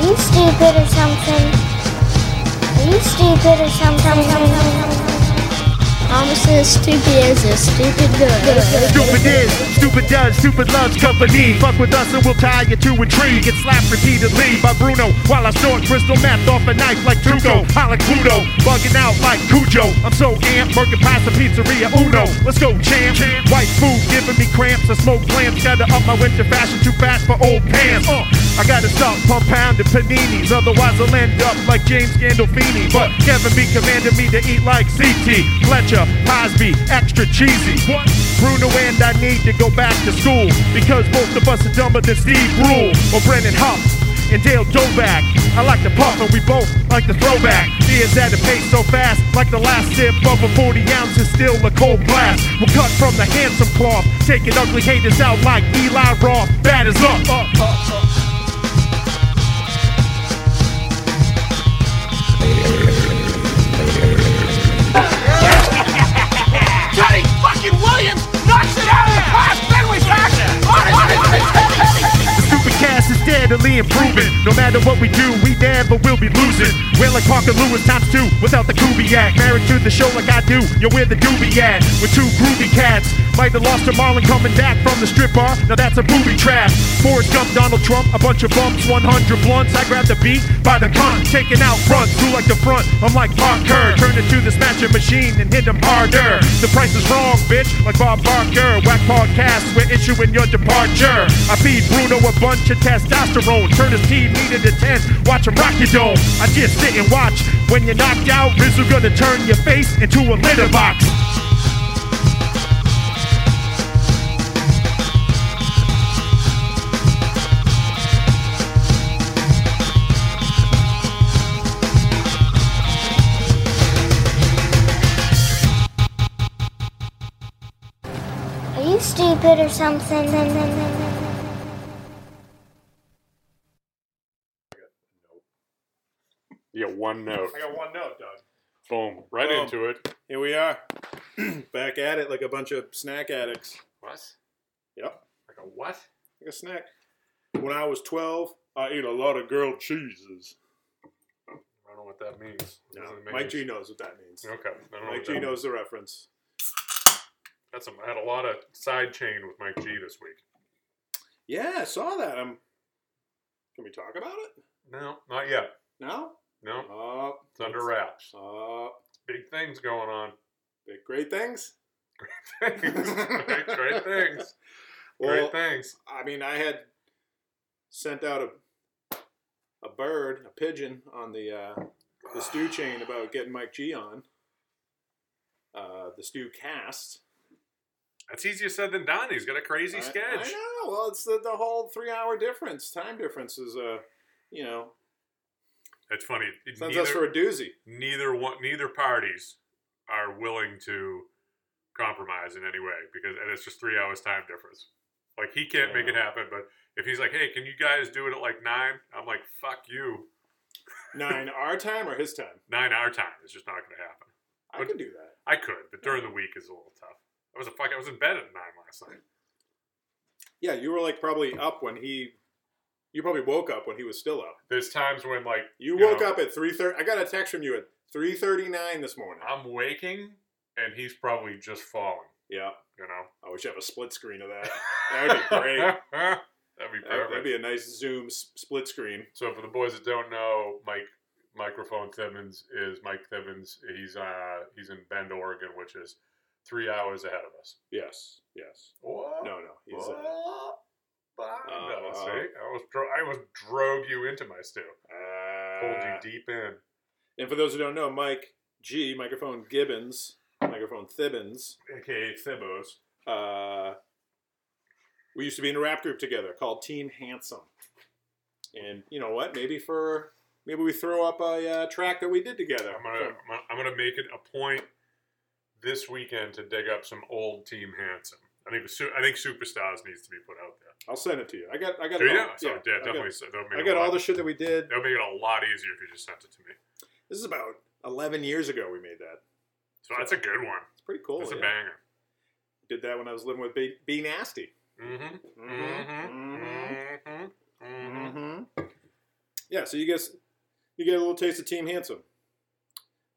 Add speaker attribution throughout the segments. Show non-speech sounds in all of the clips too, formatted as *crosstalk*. Speaker 1: stupid or something? Are you stupid or something? I'm so stupid as a stupid girl.
Speaker 2: Stupid is, stupid does, stupid loves company. Fuck with us and we'll tie you to a tree. Get slapped repeatedly by Bruno while I snort crystal meth off a knife like Truco. Holla Pluto, bugging out like Cujo. I'm so amped, murking pasta pizzeria Uno. Let's go, champ. White food giving me cramps. I smoke plants, gotta up my winter fashion too fast for old pants. Uh, I gotta stop pump pounding paninis, otherwise I'll end up like James Gandolfini. But Kevin B commanded me to eat like CT, Fletcher, Posby, extra cheesy. What? Bruno and I need to go back to school because both of us are dumber than Steve Rule or Brennan Huff and Dale Doback. I like to puff and we both like to throw back. Beers at a pace so fast, like the last sip of a 40 ounce is still a cold blast. We'll cut from the handsome cloth, taking ugly haters out like Eli Roth. That is up. up, up, up.
Speaker 3: Johnny fucking Williams knocks it out of the park. Then we back. On it, on it, on it.
Speaker 2: The stupid cast is steadily improving. No matter what we do, we never will be losing. We're like Parker Lewis times two without the Kubiak. Married to the show like I do, you're where the doobie at. With two groovy cats. Might have lost to Marlon coming back from the strip bar. Now that's a booby trap. Forrest Gump, Donald Trump, a bunch of bumps, 100 blunts. I grab the beat by the cunt, taking out fronts. Who like the front? I'm like Parker. Turn into the smashing machine and hit them harder. The price is wrong, bitch, like Bob Barker. Whack podcast, we're issuing your departure. I feed Bruno a bunch of testosterone. Turn his team needed to 10. Watch him rock your dome. I just sit and watch. When you're knocked out, Rizzo gonna turn your face into a litter box.
Speaker 1: Are you stupid or something?
Speaker 4: Yeah, one note.
Speaker 5: got one note, Doug.
Speaker 4: Boom. Right
Speaker 5: Boom.
Speaker 4: into it.
Speaker 5: Here we are, *clears throat* back at it like a bunch of snack addicts.
Speaker 4: What?
Speaker 5: Yep,
Speaker 4: Like a what?
Speaker 5: like a snack. When I was 12, I ate a lot of grilled cheeses.
Speaker 4: I don't know what that means.
Speaker 5: No,
Speaker 4: Doesn't make
Speaker 5: Mike
Speaker 4: any-
Speaker 5: G knows what that means.
Speaker 4: Okay. I don't know
Speaker 5: Mike
Speaker 4: what that
Speaker 5: G
Speaker 4: means.
Speaker 5: knows the reference.
Speaker 4: That's some- I had a lot of side chain with Mike G this week.
Speaker 5: Yeah, I saw that. i Can we talk about it
Speaker 4: No, not yet.
Speaker 5: now?
Speaker 4: No,
Speaker 5: Up,
Speaker 4: it's under wraps.
Speaker 5: up,
Speaker 4: Big things going
Speaker 5: *laughs*
Speaker 4: on.
Speaker 5: big- great things.
Speaker 4: Great great things. Great
Speaker 5: Well,
Speaker 4: things.
Speaker 5: I mean, I had sent out a a bird, a pigeon, on the uh, the stew chain about getting Mike G on uh, the stew cast.
Speaker 4: That's easier said than done. He's got a crazy
Speaker 5: I- I,
Speaker 4: sketch.
Speaker 5: know. Well, it's the, the whole three hour difference. Time difference is, uh, you know,
Speaker 4: It's funny.
Speaker 5: sends us for
Speaker 4: Neither,
Speaker 5: a doozy.
Speaker 4: neither one, neither parties are willing to compromise in any way because, and it's just three hours time difference. Like he can't make it happen. But if he's like, "Hey, can you guys do it at like nine? I'm like, "Fuck you."
Speaker 5: Nine *laughs* our time or his time?
Speaker 4: Nine hour time is just not going to happen.
Speaker 5: I
Speaker 4: What-
Speaker 5: could do that.
Speaker 4: I could, but during the week is a little tough. I was a fuck. I was in bed at nine last night.
Speaker 5: Yeah, you were like probably up when he, you probably woke up when he was still up.
Speaker 4: There's times when like
Speaker 5: You,
Speaker 4: know,
Speaker 5: woke up at three thirty. I got a text from you at three thirty nine this morning.
Speaker 4: I'm waking, and he's probably just falling.
Speaker 5: Yeah,
Speaker 4: You know,
Speaker 5: I wish I have a split screen
Speaker 4: *laughs*
Speaker 5: of that. That'd be great. That-
Speaker 4: That'd be perfect.
Speaker 5: That'd be a nice Zoom s- split screen.
Speaker 4: So for the boys that don't know, Mike Microphone Thimmons is Mike Thimmons. He's uh he's in Bend, Oregon, which is three hours ahead of us.
Speaker 5: Yes, yes.
Speaker 4: Oh.
Speaker 5: No, no. He's, uh,
Speaker 4: No,
Speaker 5: uh,
Speaker 4: see, I was dro- I was drove you into my stew, pulled
Speaker 5: uh,
Speaker 4: you deep in.
Speaker 5: And for those who don't know, Mike G, microphone Gibbons, microphone Thibbons,
Speaker 4: aka Thibos.
Speaker 5: uh, we used to be in a rap group together called Team Handsome. And you know what? Maybe for maybe we throw up a uh, track that we did together.
Speaker 4: I'm gonna, I'm gonna I'm gonna make it a point this weekend to dig up some old Team Handsome. I think Su- I think Superstars needs to be put out there.
Speaker 5: I'll send it to you. I got I got
Speaker 4: Do
Speaker 5: it
Speaker 4: you?
Speaker 5: all.
Speaker 4: So, yeah,
Speaker 5: I got-
Speaker 4: definitely. so that'll make
Speaker 5: I
Speaker 4: it
Speaker 5: got
Speaker 4: a lot-
Speaker 5: all the shit that we did.
Speaker 4: That'll make it a lot easier if you just sent it to me.
Speaker 5: This is about 11 years ago we made that.
Speaker 4: So that's a good one.
Speaker 5: It's pretty cool.
Speaker 4: That's a
Speaker 5: yeah.
Speaker 4: banger.
Speaker 5: Did that when I was living with B, B Nasty.
Speaker 4: Mm-hmm.
Speaker 5: Mhm.
Speaker 4: Mm-hmm. Mm-hmm.
Speaker 5: Mhm. Yeah, so you guys, you get a little taste of Team Handsome.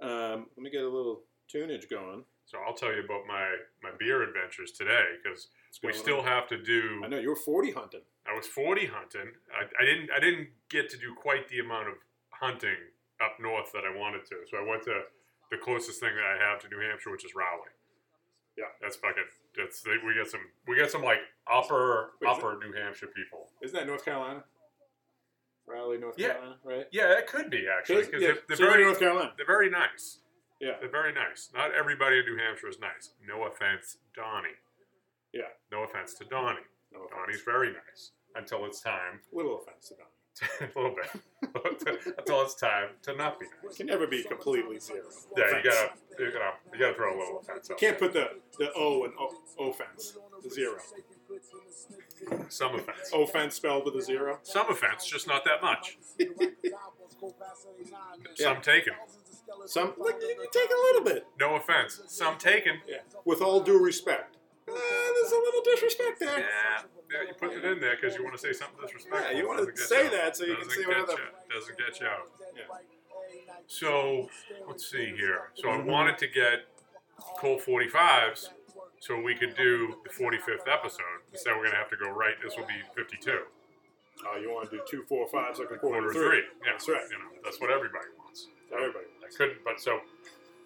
Speaker 5: Um, let me get a little tunage going.
Speaker 4: So I'll tell you about my my beer adventures today because
Speaker 5: It's
Speaker 4: we
Speaker 5: going
Speaker 4: still
Speaker 5: on.
Speaker 4: have to do.
Speaker 5: I know you were forty hunting.
Speaker 4: I was 40 hunting. I, I didn't I didn't get to do quite the amount of hunting up north that I wanted to. So I went to the closest thing that I have to New Hampshire, which is Rowley.
Speaker 5: Yeah.
Speaker 4: that's fucking. That's they, we got some we got some like upper
Speaker 5: Wait, is it-
Speaker 4: upper New Hampshire people.
Speaker 5: Isn't that North Carolina? Raleigh, North
Speaker 4: Yeah.
Speaker 5: Carolina, right?
Speaker 4: Yeah, it could be actually because
Speaker 5: yeah,
Speaker 4: they're, they're
Speaker 5: so you're in
Speaker 4: very
Speaker 5: North Carolina.
Speaker 4: they're very nice.
Speaker 5: Yeah.
Speaker 4: They're very nice. Not everybody in New Hampshire is nice. No offense, Donnie.
Speaker 5: Yeah.
Speaker 4: No offense to Donnie.
Speaker 5: No
Speaker 4: Donnie's
Speaker 5: offense.
Speaker 4: very nice until it's time.
Speaker 5: Little offense to Donnie.
Speaker 4: *laughs* a little bit. *laughs* until it's time to not be nice.
Speaker 5: It can never be completely zero.
Speaker 4: Yeah, you
Speaker 5: offense.
Speaker 4: gotta, you gotta, you gotta throw a little offense out.
Speaker 5: Can't put the the O and o, offense zero.
Speaker 4: there. some offense.
Speaker 5: Offense spelled with a zero.
Speaker 4: Some offense, just not that
Speaker 5: *laughs*
Speaker 4: much.
Speaker 5: Yeah.
Speaker 4: Some taken.
Speaker 5: Some like, you can take a little bit.
Speaker 4: No offense. Some taken.
Speaker 5: Yeah. With all due respect. Uh, there's a little disrespect
Speaker 4: Yeah,
Speaker 5: there.
Speaker 4: yeah you put it in there because you want to say something disrespectful.
Speaker 5: Yeah, you wanna
Speaker 4: Doesn't get
Speaker 5: say
Speaker 4: out.
Speaker 5: that so you can
Speaker 4: Doesn't
Speaker 5: see what
Speaker 4: get
Speaker 5: other-
Speaker 4: you- Doesn't get you out.
Speaker 5: Yeah.
Speaker 4: So let's see here. So I wanted to get Colt 45s so we could do the 45th episode. Instead, we're gonna have to go right. This will be 52.
Speaker 5: Oh, you want to do two, four, fives like a
Speaker 4: quarter
Speaker 5: quarter
Speaker 4: to
Speaker 5: three.
Speaker 4: three. Yeah,
Speaker 5: That's right.
Speaker 4: You know, that's what everybody wants.
Speaker 5: Everybody.
Speaker 4: I couldn't, but so,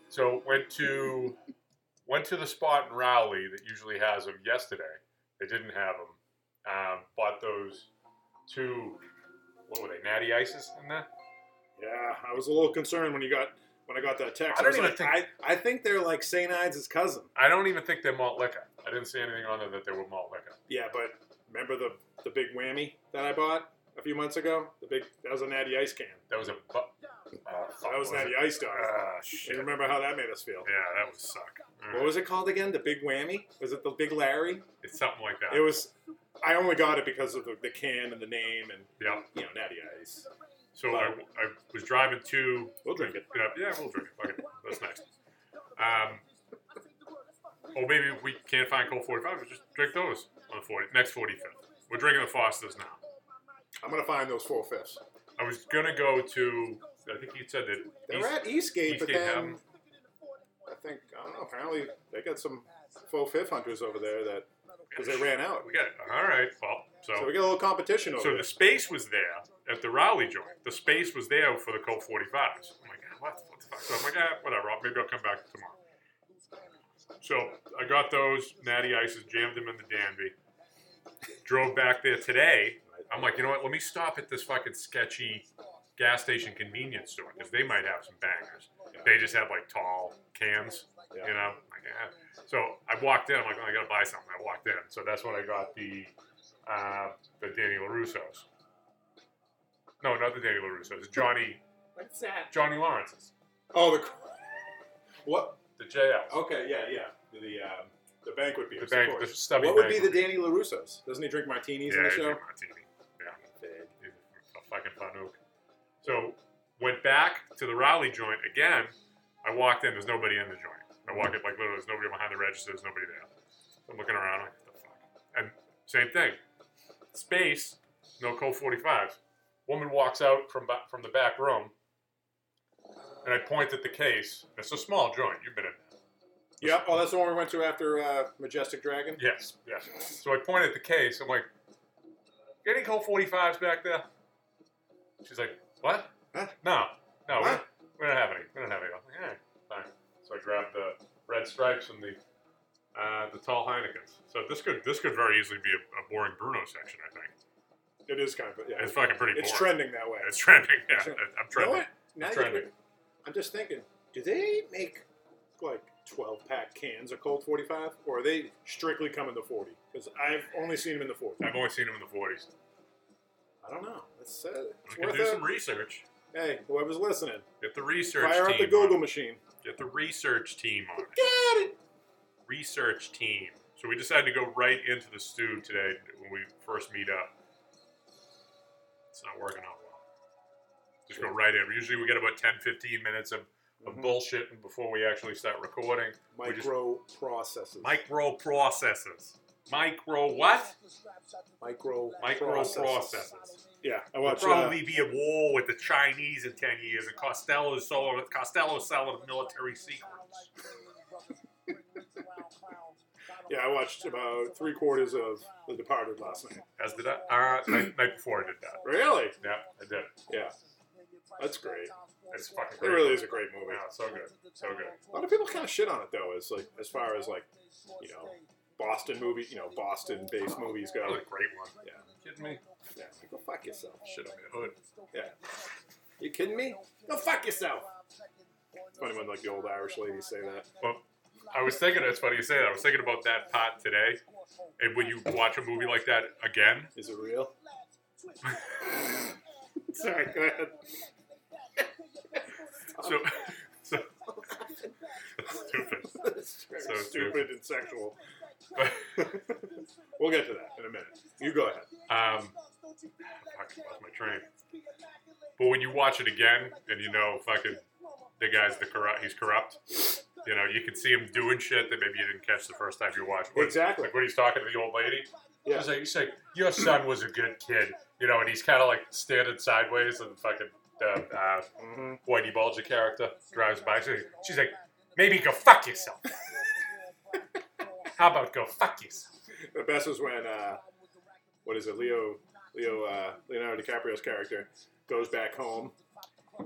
Speaker 4: so went to went to the spot in Rowley that usually has them. Yesterday, they didn't have them. Um, bought those two. What were they? Natty ices in there?
Speaker 5: Yeah, I was a little concerned when you got when I got that text.
Speaker 4: I don't
Speaker 5: I, was
Speaker 4: even
Speaker 5: like,
Speaker 4: think-
Speaker 5: I, I think they're like St. Ides' cousin.
Speaker 4: I don't even think they're malt liquor. I didn't see anything on there that they were malt liquor.
Speaker 5: Yeah, but remember the the big whammy that I bought a few months ago? The big that was a natty ice can.
Speaker 4: That was a. bu- Uh, fuck,
Speaker 5: That was
Speaker 4: what
Speaker 5: natty
Speaker 4: it?
Speaker 5: ice dog.
Speaker 4: Ah,
Speaker 5: you
Speaker 4: shit. Yeah,
Speaker 5: remember how that made us feel?
Speaker 4: that would suck.
Speaker 5: What was it called again? The big whammy? Was it the big Larry?
Speaker 4: It's something like that.
Speaker 5: It was. I only got it because of the, the can and the name and
Speaker 4: Yeah.
Speaker 5: you know natty ice.
Speaker 4: So I, I was driving to
Speaker 5: We'll drink it.
Speaker 4: Yeah, yeah, we'll drink it. Fuck it. That's nice. Um, or maybe if we can't find Colt 45, we'll just drink those on the 40, next 45th. We're drinking the Fosters now.
Speaker 5: I'm gonna find those four fifths.
Speaker 4: I was going to go to, I think you said that.
Speaker 5: They're
Speaker 4: East-
Speaker 5: at Eastgate, but
Speaker 4: Eastgate
Speaker 5: then
Speaker 4: have 'em.
Speaker 5: I think I don't know. Apparently, they got some faux fifth hunters over there that because they ran out.
Speaker 4: We got All right. Well, so.
Speaker 5: So we got a little competition over
Speaker 4: so
Speaker 5: there.
Speaker 4: the space was there at the Raleigh joint. The space was there for the Colt 45s. I'm like, ah, what, what the fuck? So I'm like, ah, whatever. I'll, maybe I'll come back tomorrow. So I got those natty ices, jammed them in the Danby. Drove back there today. I'm like, you know what? Let me stop at this fucking sketchy gas station convenience store because they might have some bangers. They just have like tall cans,
Speaker 5: Yeah.
Speaker 4: you know. Like, eh. So I walked in. I'm like, oh, I gotta buy something. I walked in. So that's when I got the uh, the Danny LaRusso's. No, not the Danny LaRusso's. Johnny
Speaker 6: What's that?
Speaker 4: Johnny Lawrence's.
Speaker 5: Oh, the what?
Speaker 4: The JL.
Speaker 5: Okay, yeah, yeah. The um, the banquet beers.
Speaker 4: the
Speaker 5: of
Speaker 4: bank, the
Speaker 5: course.
Speaker 4: stubby
Speaker 5: what would be
Speaker 4: bank.
Speaker 5: the Danny Larusso's? Doesn't he drink martinis in
Speaker 4: yeah,
Speaker 5: the
Speaker 4: I
Speaker 5: show?
Speaker 4: drink martini. Yeah, He's a fucking panook. So went back to the Raleigh joint again. I walked in. There's nobody in the joint. I walk in like literally. There's nobody behind the register. There's nobody there. I'm looking around. Like, what the fuck? And same thing. Space. No Colt 45s. Woman walks out from ba- from the back room. And I point at the case. It's a small joint. You've been in there.
Speaker 5: Yep. Oh, that's the one we went to after uh, Majestic Dragon.
Speaker 4: Yes, yes. So I pointed at the case. I'm like, "You got any Colt 45s back there? She's like, what?
Speaker 5: Huh?
Speaker 4: No, no, we
Speaker 5: Huh?
Speaker 4: don't- we don't have any. We don't have any. I'm like, all right, fine. So I grabbed the red stripes and the uh, the tall Heinekens. So this could this could very easily be a, a boring Bruno section. I think
Speaker 5: It is kind of yeah.
Speaker 4: it's fucking pretty.
Speaker 5: It's
Speaker 4: boring.
Speaker 5: trending that way.
Speaker 4: It's trending. Yeah,
Speaker 5: It's trending.
Speaker 4: I'm
Speaker 5: You know
Speaker 4: trending.
Speaker 5: what? Now
Speaker 4: It's
Speaker 5: you-
Speaker 4: trending.
Speaker 5: I'm just thinking, do they make like 12 pack cans of Colt 45, or are they strictly come in the 40? Because I've only seen them in the 40.
Speaker 4: I've only seen them in the 40s.
Speaker 5: I don't know. It's, uh,
Speaker 4: We
Speaker 5: it's
Speaker 4: can
Speaker 5: worth
Speaker 4: do some
Speaker 5: it.
Speaker 4: research.
Speaker 5: Hey, whoever's listening,
Speaker 4: Get the research
Speaker 5: fire
Speaker 4: team.
Speaker 5: up the Google
Speaker 4: on it.
Speaker 5: machine.
Speaker 4: Get the research team on it.
Speaker 5: Got it.
Speaker 4: research team. So we decided to go right into the stew today when we first meet up. It's not working out well. Just go right in. Usually we get about 10, 15 minutes of, of
Speaker 5: Mhm.
Speaker 4: bullshit before we actually start recording. We just-
Speaker 5: Microprocessors.
Speaker 4: Micro processes. Micro what?
Speaker 5: Micro
Speaker 4: Microprocessors.
Speaker 5: Yeah, I
Speaker 4: We'll
Speaker 5: watched. Uh,
Speaker 4: probably be at war with the Chinese in ten years, and Costello's solo Costello's selling military secrets.
Speaker 5: yeah, I watched about three quarters of The Departed last night.
Speaker 4: As did I. Uh, night, night before I did that.
Speaker 5: Really?
Speaker 4: Yeah, I did.
Speaker 5: Yeah, that's great.
Speaker 4: It's fucking
Speaker 5: It
Speaker 4: great.
Speaker 5: really is a great movie.
Speaker 4: Yeah, so good, so good.
Speaker 5: A lot of people kind of shit on it though, as like as far as like you know Boston movie, you know Boston based movies
Speaker 4: That
Speaker 5: go.
Speaker 4: was a great one.
Speaker 5: Yeah,
Speaker 4: Kidding me?
Speaker 5: yeah. Like, go fuck yourself.
Speaker 4: Shit on the hood.
Speaker 5: Yeah. You kidding me? Go fuck yourself. It's funny when like the old Irish ladies say that.
Speaker 4: Well, I was thinking. It's funny you say that. I was thinking about that pot today, and when you watch a movie like that again,
Speaker 5: Is it real? *laughs* Sorry, go ahead.
Speaker 4: so *laughs* so
Speaker 5: *laughs*
Speaker 4: stupid.
Speaker 5: It's very
Speaker 4: So
Speaker 5: stupid and sexual. *laughs*
Speaker 4: But
Speaker 5: we'll get to that in a minute. You go ahead.
Speaker 4: um, fucking lost my train. But when you watch it again, and you know fucking the guy's the corrupt. He's corrupt. You know, you can see him doing shit that maybe you didn't catch the first time you watched. When-
Speaker 5: Exactly.
Speaker 4: Like when he's talking to the old lady.
Speaker 5: Yeah.
Speaker 4: He's like, he's like, your son was a good kid, you know, and he's kind of like standing sideways and fucking uh, uh,
Speaker 5: Mm-hmm.
Speaker 4: Whitey Bulger character drives by. So she's like, maybe go fuck
Speaker 5: *laughs*
Speaker 4: yourself. How about go fuck yourself?
Speaker 5: The best was when uh, what is it? Leo Leo uh, Leonardo DiCaprio's character goes back home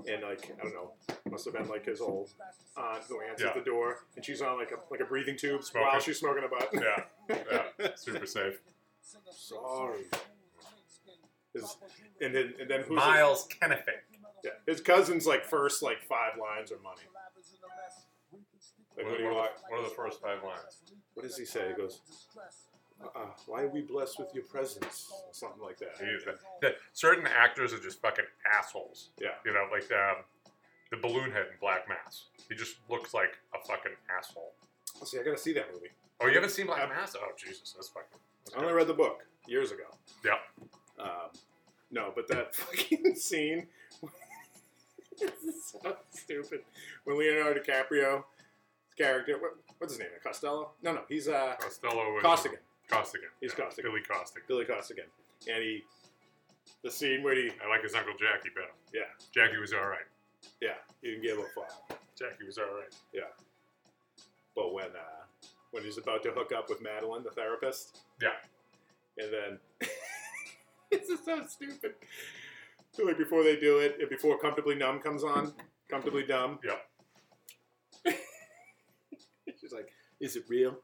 Speaker 5: and like I don't know, must have been like his old aunt who answers
Speaker 4: Yeah.
Speaker 5: the door and she's on like a like a breathing tube
Speaker 4: Smoking.
Speaker 5: while she's smoking a butt.
Speaker 4: Yeah, yeah, super safe.
Speaker 5: *laughs* Sorry. His- and then and then who's
Speaker 4: Miles Kennefink.
Speaker 5: His, yeah, his cousin's like first like five lines are money. Like
Speaker 4: What,
Speaker 5: when he
Speaker 4: what, are
Speaker 5: walk,
Speaker 4: the- what are the first five lines?
Speaker 5: what does he say? He goes, uh, "Why are we blessed with your presence?" Or something like that.
Speaker 4: Jeez, the- the- certain actors are just fucking assholes.
Speaker 5: Yeah,
Speaker 4: You know, like um, the balloon head in Black Mass. He just looks like a fucking asshole.
Speaker 5: see, I gotta see that movie.
Speaker 4: Oh, you haven't seen Black Mass? Oh, Jesus, that's fucking. That's
Speaker 5: I only read the book years ago.
Speaker 4: Yeah.
Speaker 5: Um, no, but that *laughs* fucking scene. *laughs* this is so stupid. When Leonardo DiCaprio, character, what, what's his name? Costello? No, no, he's uh,
Speaker 4: Costello. is-
Speaker 5: Costigan.
Speaker 4: Costigan.
Speaker 5: He's
Speaker 4: yeah,
Speaker 5: Costigan.
Speaker 4: Billy Costigan.
Speaker 5: Billy Costigan, and he, the scene where he,
Speaker 4: I like his uncle Jackie better.
Speaker 5: yeah,
Speaker 4: Jackie was all right.
Speaker 5: yeah, you can give a fuck.
Speaker 4: Jackie was all right.
Speaker 5: But when uh, when he's about to hook up with Madeline, the therapist,
Speaker 4: Yeah.
Speaker 5: and then *laughs* this is so stupid. So like before they do it, and before Comfortably Numb comes on, Comfortably Dumb,
Speaker 4: Yeah.
Speaker 5: She's like, "Is it real?"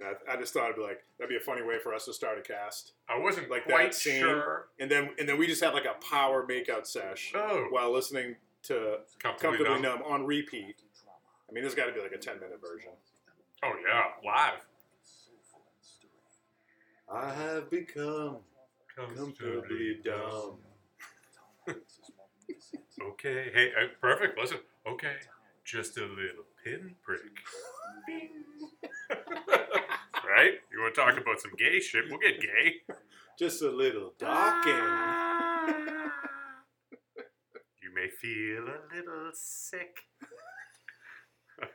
Speaker 5: And I, I just thought it'd be like that'd be a funny way for us to start a cast,
Speaker 4: I wasn't
Speaker 5: Like that
Speaker 4: quite
Speaker 5: scene.
Speaker 4: sure.
Speaker 5: and then and then we just have like a power makeout sesh
Speaker 4: Oh,
Speaker 5: while listening to
Speaker 4: comfortably,
Speaker 5: Comfortably
Speaker 4: numb.
Speaker 5: Numb on repeat. I mean, there's got to be like a 10 minute version.
Speaker 4: Oh yeah, live.
Speaker 5: I have become comfortably dumb.
Speaker 4: Okay. Hey, uh, perfect. Listen. Okay. Just a little pinprick. Bing. *laughs* right? You want to talk about some gay shit? We'll get gay.
Speaker 5: Just a little docking.
Speaker 4: You may feel a little sick. *laughs*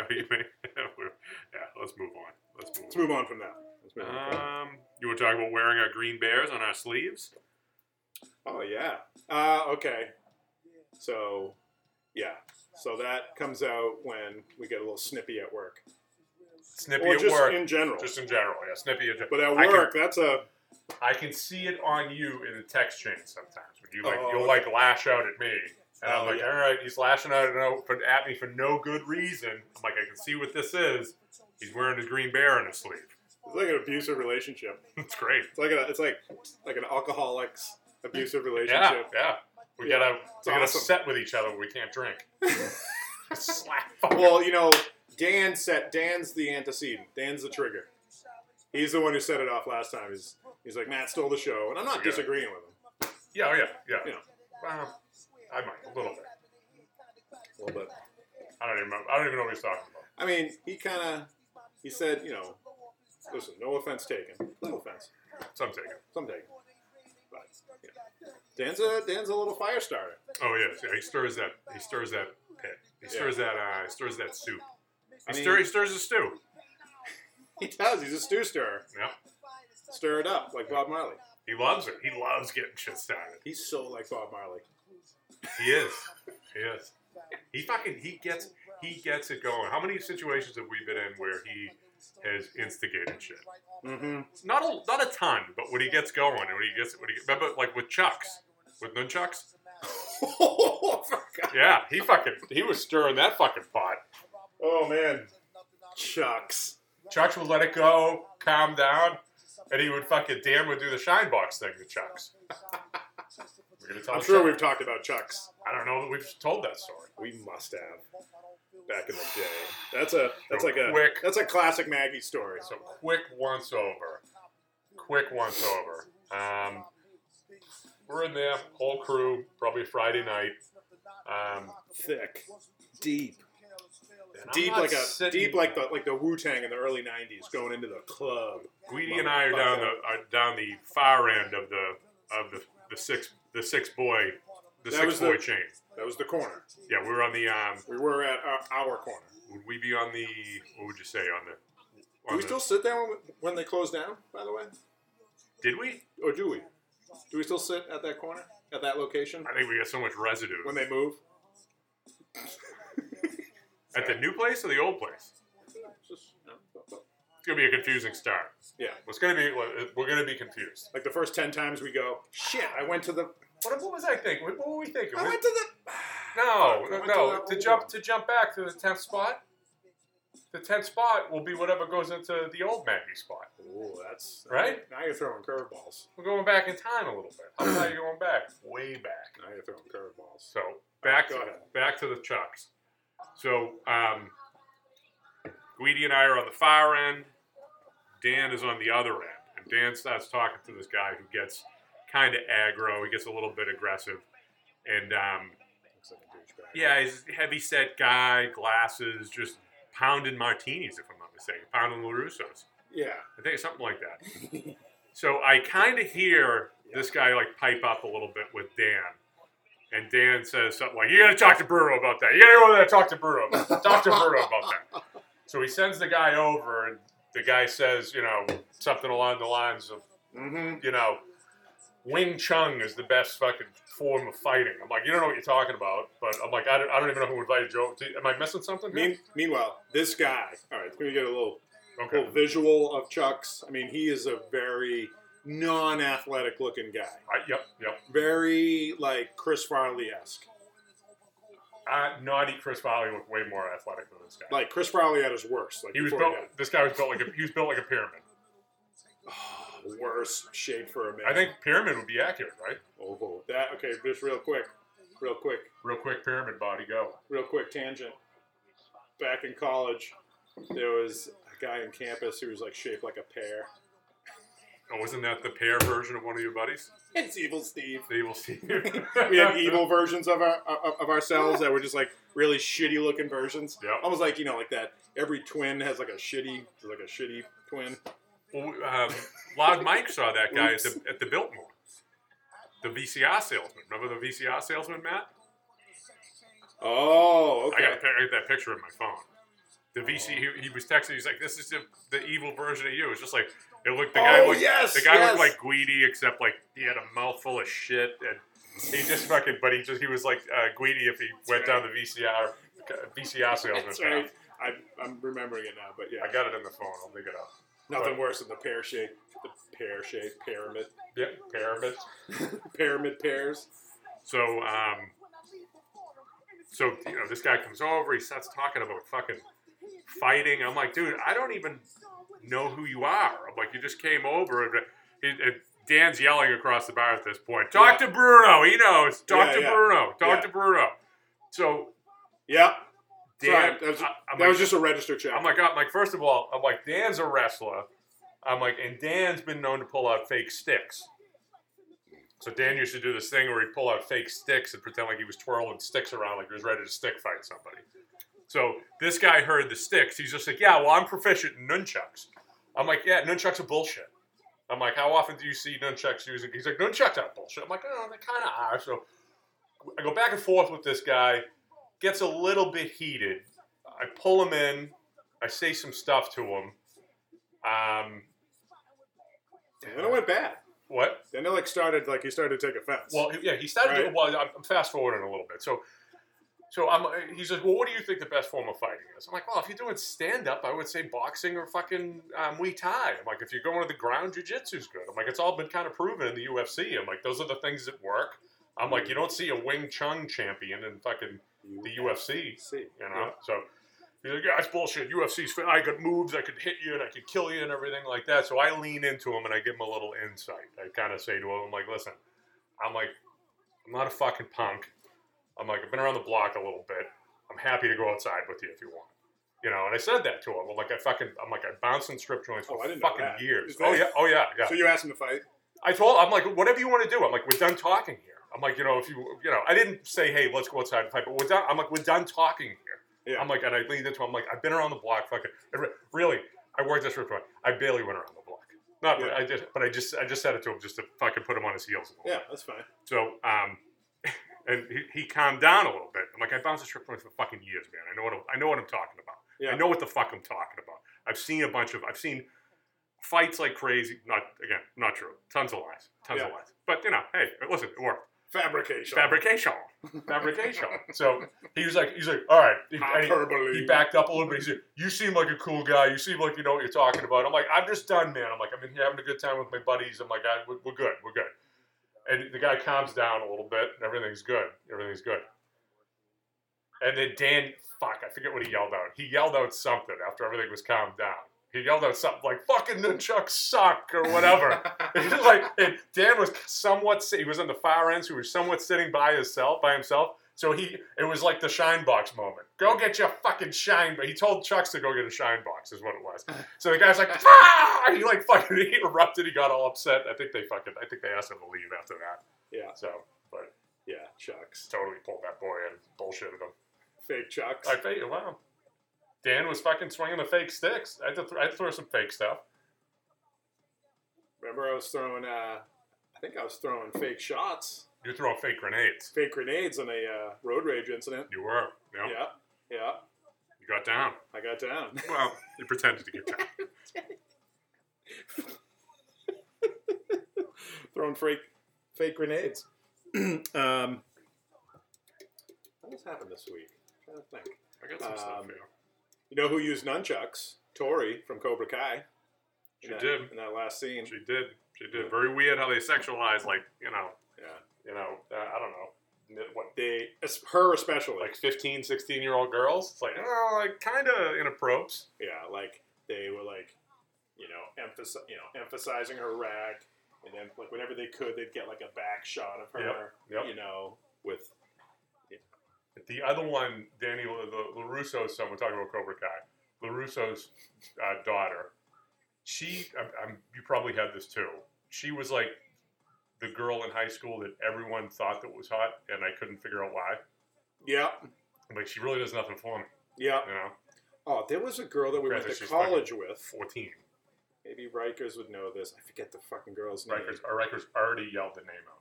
Speaker 4: Oh, you may- *laughs* yeah, let's move on. Let's move
Speaker 5: Let's
Speaker 4: on.
Speaker 5: move on from that. Let's move on from that.
Speaker 4: Um, you want to talk about wearing our green bears on our sleeves? Uh-huh.
Speaker 5: Oh, yeah. Uh, okay. So, yeah. So that comes out when we get a little snippy at work.
Speaker 4: Snippy
Speaker 5: Or
Speaker 4: at
Speaker 5: just
Speaker 4: work.
Speaker 5: in general.
Speaker 4: just in general, yeah. Snippy at
Speaker 5: But at
Speaker 4: I can-
Speaker 5: work, that's a.
Speaker 4: I can see it on you in the text chain sometimes. When you like,
Speaker 5: Oh,
Speaker 4: you'll
Speaker 5: okay.
Speaker 4: like lash out at me, and I'm
Speaker 5: Oh,
Speaker 4: like,
Speaker 5: yeah.
Speaker 4: all right, he's lashing out at, no- for- at me for no good reason. I'm like, I can see what this is. He's wearing his green bear on his sleeve. *laughs*
Speaker 5: It's like an abusive relationship.
Speaker 4: It's great.
Speaker 5: It's like a, it's like like an alcoholic's abusive
Speaker 4: Yeah,
Speaker 5: relationship.
Speaker 4: yeah. We
Speaker 5: Yeah.
Speaker 4: gotta
Speaker 5: It's
Speaker 4: we gotta
Speaker 5: awesome.
Speaker 4: set with each other. when We can't
Speaker 5: *laughs*
Speaker 4: drink. Slap.
Speaker 5: Well, you know, Dan set Dan's the antecedent. Dan's the trigger. He's the one who set it off last time. He's he's like Matt stole the show, and I'm not
Speaker 4: Yeah.
Speaker 5: disagreeing with him
Speaker 4: Yeah, oh, yeah, yeah.
Speaker 5: Yeah.
Speaker 4: Well, I might a little bit.
Speaker 5: a little bit.
Speaker 4: I don't even know. I don't even know what he's talking about.
Speaker 5: I mean, he kind of he said, you know, listen, no offense taken, no offense,
Speaker 4: Some take it.
Speaker 5: some taken, but you know. Dan's a Dan's a little fire starter.
Speaker 4: Oh yeah, yeah, he stirs that. He stirs that pit. He
Speaker 5: Yeah.
Speaker 4: stirs that. Uh, he stirs that soup. He,
Speaker 5: I mean-
Speaker 4: stir, he stirs the stew.
Speaker 5: *laughs* He does. He's a stew stirrer.
Speaker 4: Yep.
Speaker 5: Stir it up like Bob Marley.
Speaker 4: He loves it. He loves getting shit started.
Speaker 5: He's so like Bob Marley. *laughs*
Speaker 4: He is. He is. He fucking he gets he gets it going. How many situations have we been in where he has instigated shit?
Speaker 5: Mm-hmm.
Speaker 4: Not a not a ton, but when he gets going and when he gets when he remember like with Chucks with nunchucks.
Speaker 5: oh,
Speaker 4: Yeah, he fucking he was stirring that fucking pot.
Speaker 5: man, Chucks.
Speaker 4: Chucks would let it go, calm down, and he would fucking Dan would do the shine box thing to Chucks. *laughs* We're gonna tell
Speaker 5: I'm sure
Speaker 4: Chuck-
Speaker 5: we've talked about Chucks.
Speaker 4: I don't know that we've told that story.
Speaker 5: We must have back in the day. That's a that's like a
Speaker 4: Quick.
Speaker 5: that's a classic Maggie story.
Speaker 4: So quick once over. Quick once over. Um, we're in there, whole crew, probably Friday night. Um,
Speaker 5: thick, deep,
Speaker 4: and I'm
Speaker 5: deep
Speaker 4: not
Speaker 5: like a
Speaker 4: sitting-
Speaker 5: deep like the like the Wu Tang in the early '90s, going into the club.
Speaker 4: Guidi and I are down the are down the far end of the of the, the six the six boy the
Speaker 5: That
Speaker 4: six
Speaker 5: was
Speaker 4: boy
Speaker 5: the-
Speaker 4: chain.
Speaker 5: That was the corner.
Speaker 4: Yeah, we were on the um.
Speaker 5: We were at our, our corner.
Speaker 4: Would we be on the what would you say on the?
Speaker 5: Do
Speaker 4: on
Speaker 5: we
Speaker 4: the-
Speaker 5: still sit there when, when they close down? By the way,
Speaker 4: did we?
Speaker 5: or do we? Do we still sit at that corner at that location
Speaker 4: I think we got so much residue
Speaker 5: when they move?
Speaker 4: at the new place or the old place.
Speaker 5: Just- no.
Speaker 4: It's gonna be a confusing start.
Speaker 5: Yeah,
Speaker 4: It's gonna be we're gonna be confused.
Speaker 5: like the first ten times we go, shit. I went to the.
Speaker 4: What, what was I thinking? What were we thinking?
Speaker 5: I
Speaker 4: We-
Speaker 5: went to the.
Speaker 4: No,
Speaker 5: I went
Speaker 4: no.
Speaker 5: to that
Speaker 4: To
Speaker 5: one.
Speaker 4: jump to jump back to the tenth spot. The tenth spot will be whatever goes into the old Maggie spot.
Speaker 5: Ooh, that's
Speaker 4: Right?
Speaker 5: Now you're throwing curveballs.
Speaker 4: We're going back in time a little bit. How far are you going back? Way back.
Speaker 5: Now you're throwing curveballs.
Speaker 4: So back
Speaker 5: Go
Speaker 4: to,
Speaker 5: ahead.
Speaker 4: back to the Chucks. So um, Guidi and I are on the far end. Dan is on the other end, and Dan starts talking to this guy who gets kind of aggro. He gets a little bit aggressive, and um,
Speaker 5: Looks like a douchebag.
Speaker 4: Yeah, he's a heavy set guy, glasses, just pounding martinis, if I'm not mistaken, pounding LaRusso's.
Speaker 5: Yeah.
Speaker 4: I think it's something like that. so I kind of hear this guy like pipe up a little bit with Dan. And Dan says something like, You gotta talk to Burrow about that. You gotta go there and talk to Burrow. about that. Talk to Burrow about that. So he sends the guy over, and the guy says, You know, something along the lines of,
Speaker 5: Mm-hmm.
Speaker 4: you know, Wing Chun is the best fucking form of fighting. I'm like, you don't know what you're talking about, but I'm like, I don't, I don't even know who invited Joe. Did- Am I missing something? here?
Speaker 5: Mean, meanwhile, this guy. All right, can we get a little,
Speaker 4: okay.
Speaker 5: little visual of Chuck's? I mean, he is a very non-athletic looking guy.
Speaker 4: I, yep, yep.
Speaker 5: Very like Chris Farley esque.
Speaker 4: Uh, naughty Chris Farley looked way more athletic than this guy.
Speaker 5: Like Chris Farley at his worst. Like
Speaker 4: he was
Speaker 5: before
Speaker 4: built. This guy was built like a, he was built like a *laughs* pyramid.
Speaker 5: got the worst shape for a man.
Speaker 4: I think pyramid would be accurate, right?
Speaker 5: Oh, that okay. Just real quick, real quick,
Speaker 4: Real quick, pyramid body go.
Speaker 5: real quick tangent. Back in college, there was a guy in campus who was like shaped like a pear. *laughs*
Speaker 4: Oh, wasn't that the pear version of one of your buddies?
Speaker 5: It's evil Steve.
Speaker 4: They will see. *laughs*
Speaker 5: we had evil versions of our of, of ourselves that were just like really shitty looking versions.
Speaker 4: Yep.
Speaker 5: Almost like you know, like that. Every twin has like a shitty, like a shitty twin.
Speaker 4: Well, we- um, Loud Mike saw that guy at the, at the Biltmore. The VCR salesman. Remember the VCR salesman, Matt?
Speaker 5: Oh,
Speaker 4: I got, a, pic- I got that picture in my phone. The VC, he, he was texting. He's like, "This is the, the evil version of you." It's just like it looked. The guy
Speaker 5: Oh,
Speaker 4: looked.
Speaker 5: yes,
Speaker 4: the guy looked
Speaker 5: yes.
Speaker 4: like Guidi, except like he had a mouthful of shit, and he just fucking. But he just he was like uh, Guidi if he went down the VCR VCR salesman
Speaker 5: That's
Speaker 4: path.
Speaker 5: right. I, I'm remembering it now, but yeah,
Speaker 4: I got it in the phone. I'll dig it up.
Speaker 5: nothing worse than the pear shape, the pear shape pyramid, *laughs*
Speaker 4: Yep, pyramid.
Speaker 5: pyramid pears.
Speaker 4: So um, so you know, this guy comes over. He starts talking about fucking fighting. I'm like, dude, I don't even know who you are. I'm like, you just came over. And, and- and Dan's yelling across the bar at this point. Talk
Speaker 5: Yeah.
Speaker 4: to Bruno. He knows. Talk
Speaker 5: Yeah,
Speaker 4: to
Speaker 5: yeah.
Speaker 4: Bruno. Talk
Speaker 5: Yeah.
Speaker 4: to Bruno. So
Speaker 5: Yep.
Speaker 4: Dan,
Speaker 5: Sorry, that was,
Speaker 4: I- I'm
Speaker 5: that
Speaker 4: like-
Speaker 5: was just a register check.
Speaker 4: I'm like, I'm like, first of all, I'm like, Dan's a wrestler. I'm like, and Dan's been known to pull out fake sticks. So Dan used to do this thing where he'd pull out fake sticks and pretend like he was twirling sticks around, like he was ready to stick fight somebody. So this guy heard the sticks. He's just like, yeah, well, I'm proficient in nunchucks. I'm like, yeah, nunchucks are bullshit. I'm like, how often do you see nunchucks using? He's like, nunchucks are bullshit. I'm like, oh, they kind of are. So I go back and forth with this guy. Gets a little bit heated. I pull him in. I say some stuff to him, Um,
Speaker 5: Then it went bad.
Speaker 4: what?
Speaker 5: Then it like started like he started to take offense.
Speaker 4: Well, yeah, he started.
Speaker 5: Right.
Speaker 4: Well, I'm, I'm fast forwarding a little bit. So, so I'm. He says, "Well, what do you think the best form of fighting is?" I'm like, "Well, if you're doing stand up, I would say boxing or fucking um, Muay Thai." I'm like, "If you're going to the ground, jujitsu's good." I'm like, "It's all been kind of proven in the UFC." I'm like, "Those are the things that work." I'm like, "You don't see a Wing Chun champion in fucking the UFC."
Speaker 5: see.
Speaker 4: You know, so he's like, yeah, that's bullshit. UFC's fit. I could moves, I could hit you, and I could kill you, and everything like that. So I lean into him and I give him a little insight. I kind of say to him, I'm like, listen, I'm like, I'm not a fucking punk. I'm like, I've been around the block a little bit. I'm happy to go outside with you if you want. You know, and I said that to him. I'm like, I fucking, I'm like, I bounced in strip joints
Speaker 5: Oh,
Speaker 4: for
Speaker 5: I didn't know
Speaker 4: fucking
Speaker 5: that.
Speaker 4: years.
Speaker 5: Is
Speaker 4: Oh
Speaker 5: that-
Speaker 4: yeah, oh yeah, yeah.
Speaker 5: So you asked him to fight.
Speaker 4: I told I'm like, whatever you want to do. I'm like, we're done talking here. I'm like, you know, if you you know, I didn't say, hey, let's go outside and fight, but we're done. I'm like, we're done talking here.
Speaker 5: Yeah.
Speaker 4: I'm like, and I leaned into him. I'm like, I've been around the block, fucking. and re- Really, I worked this restaurant. I barely went around the block. Not, but
Speaker 5: Yeah.
Speaker 4: I just, but I just, I just said it to him just to fucking put him on his heels a little
Speaker 5: Yeah,
Speaker 4: bit.
Speaker 5: that's fine.
Speaker 4: So, um, *laughs* and he, he calmed down a little bit. I'm like, I bounced the strip joints for fucking years, man. I know what I'm, I know what I'm talking about.
Speaker 5: Yeah.
Speaker 4: I know what the fuck I'm talking about. I've seen a bunch of, I've seen fights like crazy. Not again, not true. Tons of lies, tons of
Speaker 5: Yeah.
Speaker 4: lies. But you know, hey, listen, it worked.
Speaker 5: Fabrication.
Speaker 4: Fabrication,
Speaker 5: *laughs*
Speaker 4: fabrication. so he was like, he's like, all right. He, and he-
Speaker 5: Hyperbole.
Speaker 4: he backed up a little bit. He said, "You seem like a cool guy. You seem like you know what you're talking about." I'm like, "I'm just done, man." I'm like, "I'm in here having a good time with my buddies." I'm like, I, we're, "We're good. We're good." And the guy calms down a little bit, and everything's good. Everything's good. And then Dan, fuck, I forget what he yelled out. He yelled out something after everything was calmed down. He yelled out something like "fucking nunchucks suck" or whatever. *laughs* He was like, and Dan was somewhat, si- he was on the far end, so he was somewhat sitting by himself, by himself. So he, it was like the shine box moment. Go get your fucking shine. But he told Chucks to go get a shine box, is what it was. So the guy's like, ah! *laughs* He like fucking he erupted. He got all upset. I think they fucking, I think they asked him to leave after that.
Speaker 5: Yeah.
Speaker 4: So, but
Speaker 5: yeah, chucks.
Speaker 4: totally pulled that boy in, bullshitted him.
Speaker 5: Fake chucks.
Speaker 4: I think, wow. Dan was fucking swinging the fake sticks. I had to, th- I had to throw some fake stuff.
Speaker 5: Remember, I was throwing. Uh, I think I was throwing fake shots,
Speaker 4: You throw fake grenades.
Speaker 5: fake grenades in a uh, road rage incident.
Speaker 4: You were, you know,
Speaker 5: Yeah, yeah.
Speaker 4: you got down.
Speaker 5: I got down. *laughs*
Speaker 4: Well, he pretended to get down.
Speaker 5: throwing fake fake grenades. *clears throat* um, what has happened this week? I'm trying to think.
Speaker 4: I got some stuff
Speaker 5: Um,
Speaker 4: here.
Speaker 5: You know who used nunchucks? Tori from Cobra Kai.
Speaker 4: She
Speaker 5: in that,
Speaker 4: did.
Speaker 5: in that last scene.
Speaker 4: She did. She did. Very weird how they sexualize, like you know,
Speaker 5: yeah,
Speaker 4: you know, uh, I don't know, n- what
Speaker 5: they es- her especially.
Speaker 4: like 15, 16 year old girls. It's like, oh, like kind of in a probes.
Speaker 5: yeah, like they were like, you know, emphasize, you know, emphasizing her rack, and then like whenever they could, they'd get like a back shot of her.
Speaker 4: Yep, yep.
Speaker 5: You know, with
Speaker 4: The other one, Danny La- La- LaRusso's son, we're talking about Cobra Kai, LaRusso's uh, daughter, she, I'm, I'm, you probably had this too. She was like the girl in high school that everyone thought that was hot, and I couldn't figure out why.
Speaker 5: yeah,
Speaker 4: I'm like, she really does nothing for me,
Speaker 5: yeah.
Speaker 4: you know?
Speaker 5: Oh, there was a girl that we
Speaker 4: Granted,
Speaker 5: went to
Speaker 4: she's
Speaker 5: college with.
Speaker 4: 14.
Speaker 5: Maybe Rikers would know this. I forget the fucking girl's name.
Speaker 4: Rikers, our Rikers already yelled the name out.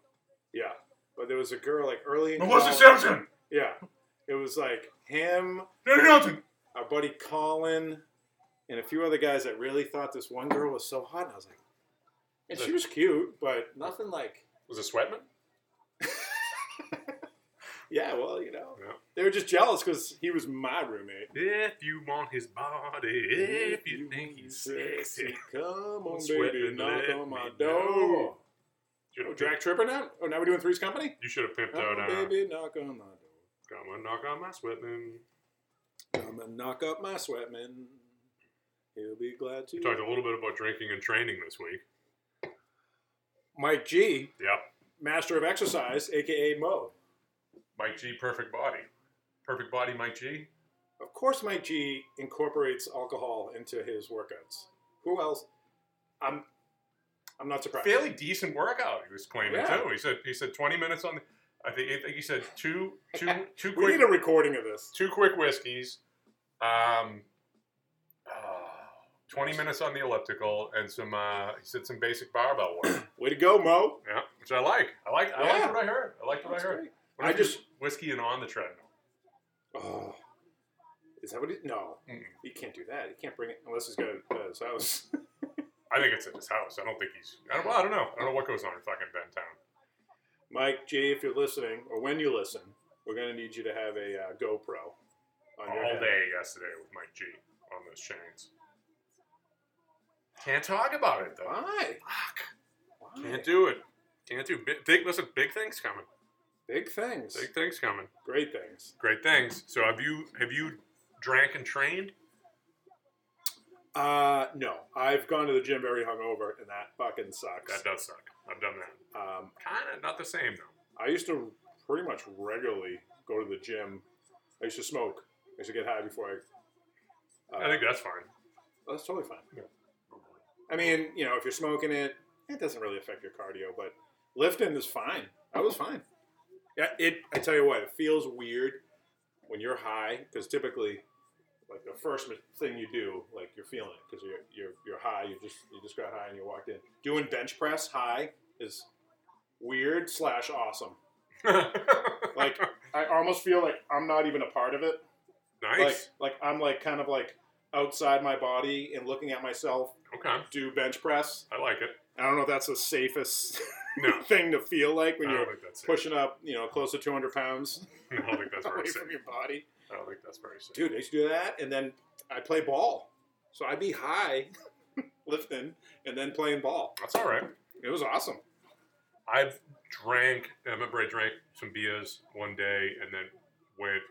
Speaker 5: Yeah, but there was a girl like early in
Speaker 4: Melissa
Speaker 5: college-
Speaker 4: Simpson!
Speaker 5: Yeah, it was like him,
Speaker 4: Danny Johnson!
Speaker 5: our buddy Colin, and a few other guys that really thought this one girl was so hot. And I was like, and she was cute, but nothing like.
Speaker 4: Was it Sweatman?
Speaker 5: Yeah, well, you know,
Speaker 4: Yeah.
Speaker 5: they were just jealous because he was my roommate.
Speaker 4: If you want his body, if you think he's sexy.
Speaker 5: come on,
Speaker 4: Sweat
Speaker 5: baby,
Speaker 4: and
Speaker 5: knock
Speaker 4: let
Speaker 5: on my
Speaker 4: me
Speaker 5: door.
Speaker 4: know.
Speaker 5: Oh,
Speaker 4: Should've
Speaker 5: Jack
Speaker 4: picked-
Speaker 5: Tripper now? Oh, now we're doing Three's Company.
Speaker 4: You should have pimped
Speaker 5: Come
Speaker 4: out.
Speaker 5: on,
Speaker 4: Uh,
Speaker 5: baby, knock on my door.
Speaker 4: come and knock on my Sweatman.
Speaker 5: Come and knock up my sweatman. He'll be glad to.
Speaker 4: We talked a little bit about drinking and training this week.
Speaker 5: Mike G,
Speaker 4: Yep.
Speaker 5: master of exercise, aka Mo.
Speaker 4: Mike G, perfect body. Perfect body, Mike G.
Speaker 5: Of course, Mike G incorporates alcohol into his workouts. Who else? I'm, I'm not surprised.
Speaker 4: Fairly decent workout, he was claiming
Speaker 5: Yeah.
Speaker 4: too. He said he said 20 minutes on the. I think, I think he said two,
Speaker 5: *laughs*
Speaker 4: two, two
Speaker 5: We
Speaker 4: quick
Speaker 5: need a recording of this.
Speaker 4: two quick whiskeys, um, uh, 20 minutes on the elliptical, and some, uh, he said some basic barbell work.
Speaker 5: Way to go, Mo.
Speaker 4: yeah, which I like. I like. I
Speaker 5: Yeah.
Speaker 4: like what I heard. I like what
Speaker 5: That's
Speaker 4: I heard.
Speaker 5: great.
Speaker 4: What
Speaker 5: I
Speaker 4: if you
Speaker 5: just-
Speaker 4: whiskey and on the treadmill.
Speaker 5: Oh, is that what he? No,
Speaker 4: Mm-mm.
Speaker 5: uh, he can't do that. He can't bring it unless he's got it at his house.
Speaker 4: I think it's at his house. I don't think he's. I don't, well, I don't know. I don't know what goes on in fucking Bentown.
Speaker 5: *laughs* Mike G, if you're listening, or when you listen, we're gonna need you to have a uh, GoPro on your
Speaker 4: All
Speaker 5: head.
Speaker 4: day yesterday with Mike G on those chains. Can't talk about it though.
Speaker 5: Why? Why?
Speaker 4: Can't do it. Can't do big. Big, listen, big things coming.
Speaker 5: Big things,
Speaker 4: Big things coming.
Speaker 5: great things.
Speaker 4: Great things. So have you have you drank and trained?
Speaker 5: Uh, no, I've gone to the gym very hungover, and that fucking sucks.
Speaker 4: That does suck. I've done that.
Speaker 5: Um,
Speaker 4: Kind of not the same though.
Speaker 5: I used to pretty much regularly go to the gym. I used to smoke. I used to get high before I. Uh,
Speaker 4: I think that's fine. *laughs*
Speaker 5: that's totally fine. I mean, you know, if you're smoking it, it doesn't really affect your cardio, but lifting is fine. I was fine. Yeah, it. I tell you what, it feels weird when you're high because typically, like the first mi- thing you do, like you're feeling it because you're, you're you're high. You just you just got high and you walked in. Doing bench press high is weird slash awesome. Like I almost feel like I'm not even a part of it.
Speaker 4: nice.
Speaker 5: Like like I'm like kind of like outside my body and looking at myself
Speaker 4: okay.
Speaker 5: do bench press.
Speaker 4: I like it.
Speaker 5: I don't know if that's the safest *laughs*
Speaker 4: No.
Speaker 5: thing to feel like when
Speaker 4: I don't
Speaker 5: you're
Speaker 4: think that's safe.
Speaker 5: pushing up, you know, close to 200 pounds
Speaker 4: *laughs* I don't think that's
Speaker 5: *laughs* away
Speaker 4: very
Speaker 5: from
Speaker 4: safe.
Speaker 5: your body.
Speaker 4: I don't think that's very safe.
Speaker 5: Dude, I used to do that, and then I play ball, so I'd be high *laughs* lifting and then playing ball.
Speaker 4: That's all right.
Speaker 5: It was awesome.
Speaker 4: I've drank. um, I remember I drank some beers one day and then went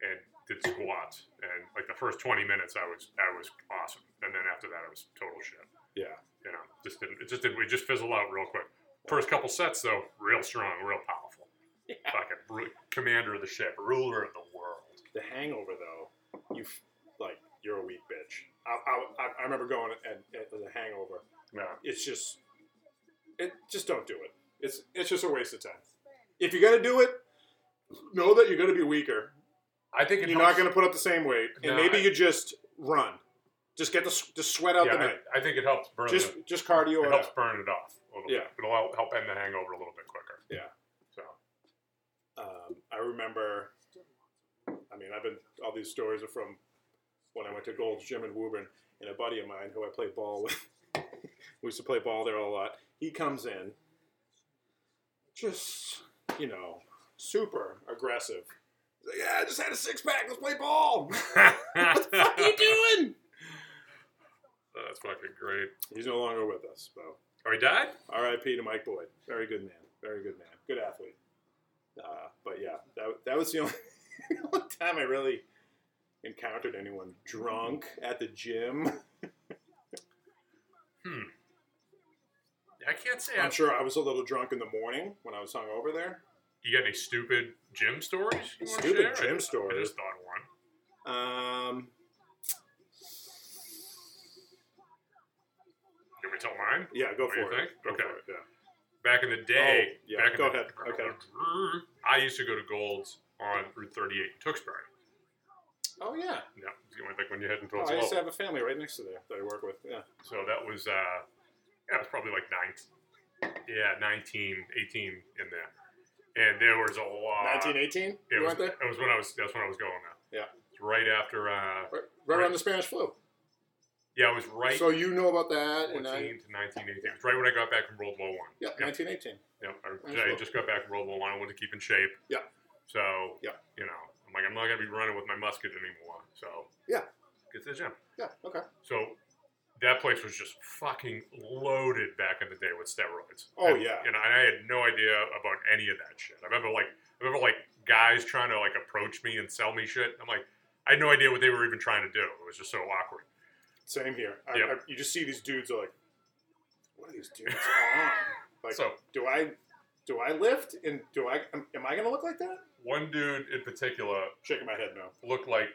Speaker 4: and did squats. And like the first twenty minutes, I was I was awesome. And then after that, I was total shit.
Speaker 5: Yeah,
Speaker 4: You know, just didn't. It just didn't. We just fizzled out real quick. First couple sets though, real strong, real powerful. Fucking ru- commander of the ship, ruler of the world.
Speaker 5: the hangover though, you f- like you're a weak bitch. I, I, I- I remember going and it was a hangover.
Speaker 4: Yeah.
Speaker 5: It's just, it just don't do it. It's it's just a waste of time. If you're gonna do it, know that you're gonna be weaker
Speaker 4: I think it
Speaker 5: and you're
Speaker 4: helps-
Speaker 5: not going to put up the same weight,
Speaker 4: No,
Speaker 5: and maybe
Speaker 4: I-
Speaker 5: you just run, just get the s- just sweat out
Speaker 4: Yeah,
Speaker 5: the night,
Speaker 4: I, I think it helps burn.
Speaker 5: just
Speaker 4: the-
Speaker 5: just cardio
Speaker 4: it
Speaker 5: it
Speaker 4: helps
Speaker 5: out.
Speaker 4: burn it off. A little
Speaker 5: Yeah.
Speaker 4: bit. it'll help help end the hangover a little bit quicker.
Speaker 5: Yeah.
Speaker 4: So
Speaker 5: Um, I remember, I mean, I've been all these stories are from when I went to Gold's Gym in Woburn, and a buddy of mine who I played ball with, *laughs* we used to play ball there a lot. He comes in, just you know, super aggressive. He's like, yeah, I just had a six pack. Let's play ball. *laughs* *laughs* what the fuck are
Speaker 4: *laughs*
Speaker 5: you doing?
Speaker 4: that's fucking great.
Speaker 5: He's no longer with us, though.
Speaker 4: Are he died?
Speaker 5: R.I.P. to Mike Boyd. Very good man. Very good man. Good athlete. Uh, but yeah, that, that was the only, *laughs* only time I really encountered anyone drunk at the gym.
Speaker 4: I can't say.
Speaker 5: I'm
Speaker 4: I'm
Speaker 5: sure I was a little drunk in the morning when I was hung over there.
Speaker 4: You got any stupid gym stories? You wanna
Speaker 5: Stupid
Speaker 4: share?
Speaker 5: gym
Speaker 4: I- I
Speaker 5: stories.
Speaker 4: just thought of one.
Speaker 5: Um,
Speaker 4: Can we tell mine?
Speaker 5: yeah, go
Speaker 4: What
Speaker 5: for
Speaker 4: do you
Speaker 5: it.
Speaker 4: think?
Speaker 5: Go
Speaker 4: Okay.
Speaker 5: for it. Yeah.
Speaker 4: Back in the day.
Speaker 5: Oh, yeah,
Speaker 4: back in
Speaker 5: go
Speaker 4: the- *laughs*
Speaker 5: ahead. Okay.
Speaker 4: I used to go to Gold's on Route 38 in Tewksbury.
Speaker 5: Oh yeah.
Speaker 4: Yeah, you went, like when you're heading
Speaker 5: Oh,
Speaker 4: towards
Speaker 5: I used to
Speaker 4: Lowell.
Speaker 5: have a family right next to there that I work with. Yeah.
Speaker 4: So that was, uh, yeah, it was probably like 19, yeah, 19, 18 in there. And there was a lot.
Speaker 5: 1918.
Speaker 4: Uh, It
Speaker 5: You
Speaker 4: was,
Speaker 5: weren't there?
Speaker 4: That was when I was, that's when I was going there.
Speaker 5: Yeah.
Speaker 4: It's Right after, uh,
Speaker 5: Right, right around the Spanish flu.
Speaker 4: yeah, it was right
Speaker 5: So you know about that?
Speaker 4: 14
Speaker 5: And
Speaker 4: to
Speaker 5: I,
Speaker 4: 1918. It was right when I got back from World War One.
Speaker 5: yeah, 1918.
Speaker 4: Yep.
Speaker 5: Nice
Speaker 4: I, I
Speaker 5: look.
Speaker 4: just got back from World War One. I wanted to keep in shape.
Speaker 5: Yeah.
Speaker 4: So.
Speaker 5: Yeah.
Speaker 4: You know, I'm like, I'm not gonna be running with my musket anymore. So.
Speaker 5: Yeah.
Speaker 4: Get to the gym.
Speaker 5: Yeah. Okay.
Speaker 4: So, that place was just fucking loaded back in the day with steroids.
Speaker 5: Oh,
Speaker 4: And,
Speaker 5: yeah.
Speaker 4: You know, and I had no idea about any of that shit. I remember like, I remember like guys trying to like approach me and sell me shit. I'm like, I had no idea what they were even trying to do. It was just so awkward.
Speaker 5: Same here. I,
Speaker 4: Yeah.
Speaker 5: I, you just see these dudes are like, what are these
Speaker 4: *laughs*
Speaker 5: dudes on? Like,
Speaker 4: so
Speaker 5: do I do I lift and do I am, am I gonna look like that?
Speaker 4: one dude in particular
Speaker 5: Shaking my head no.
Speaker 4: looked like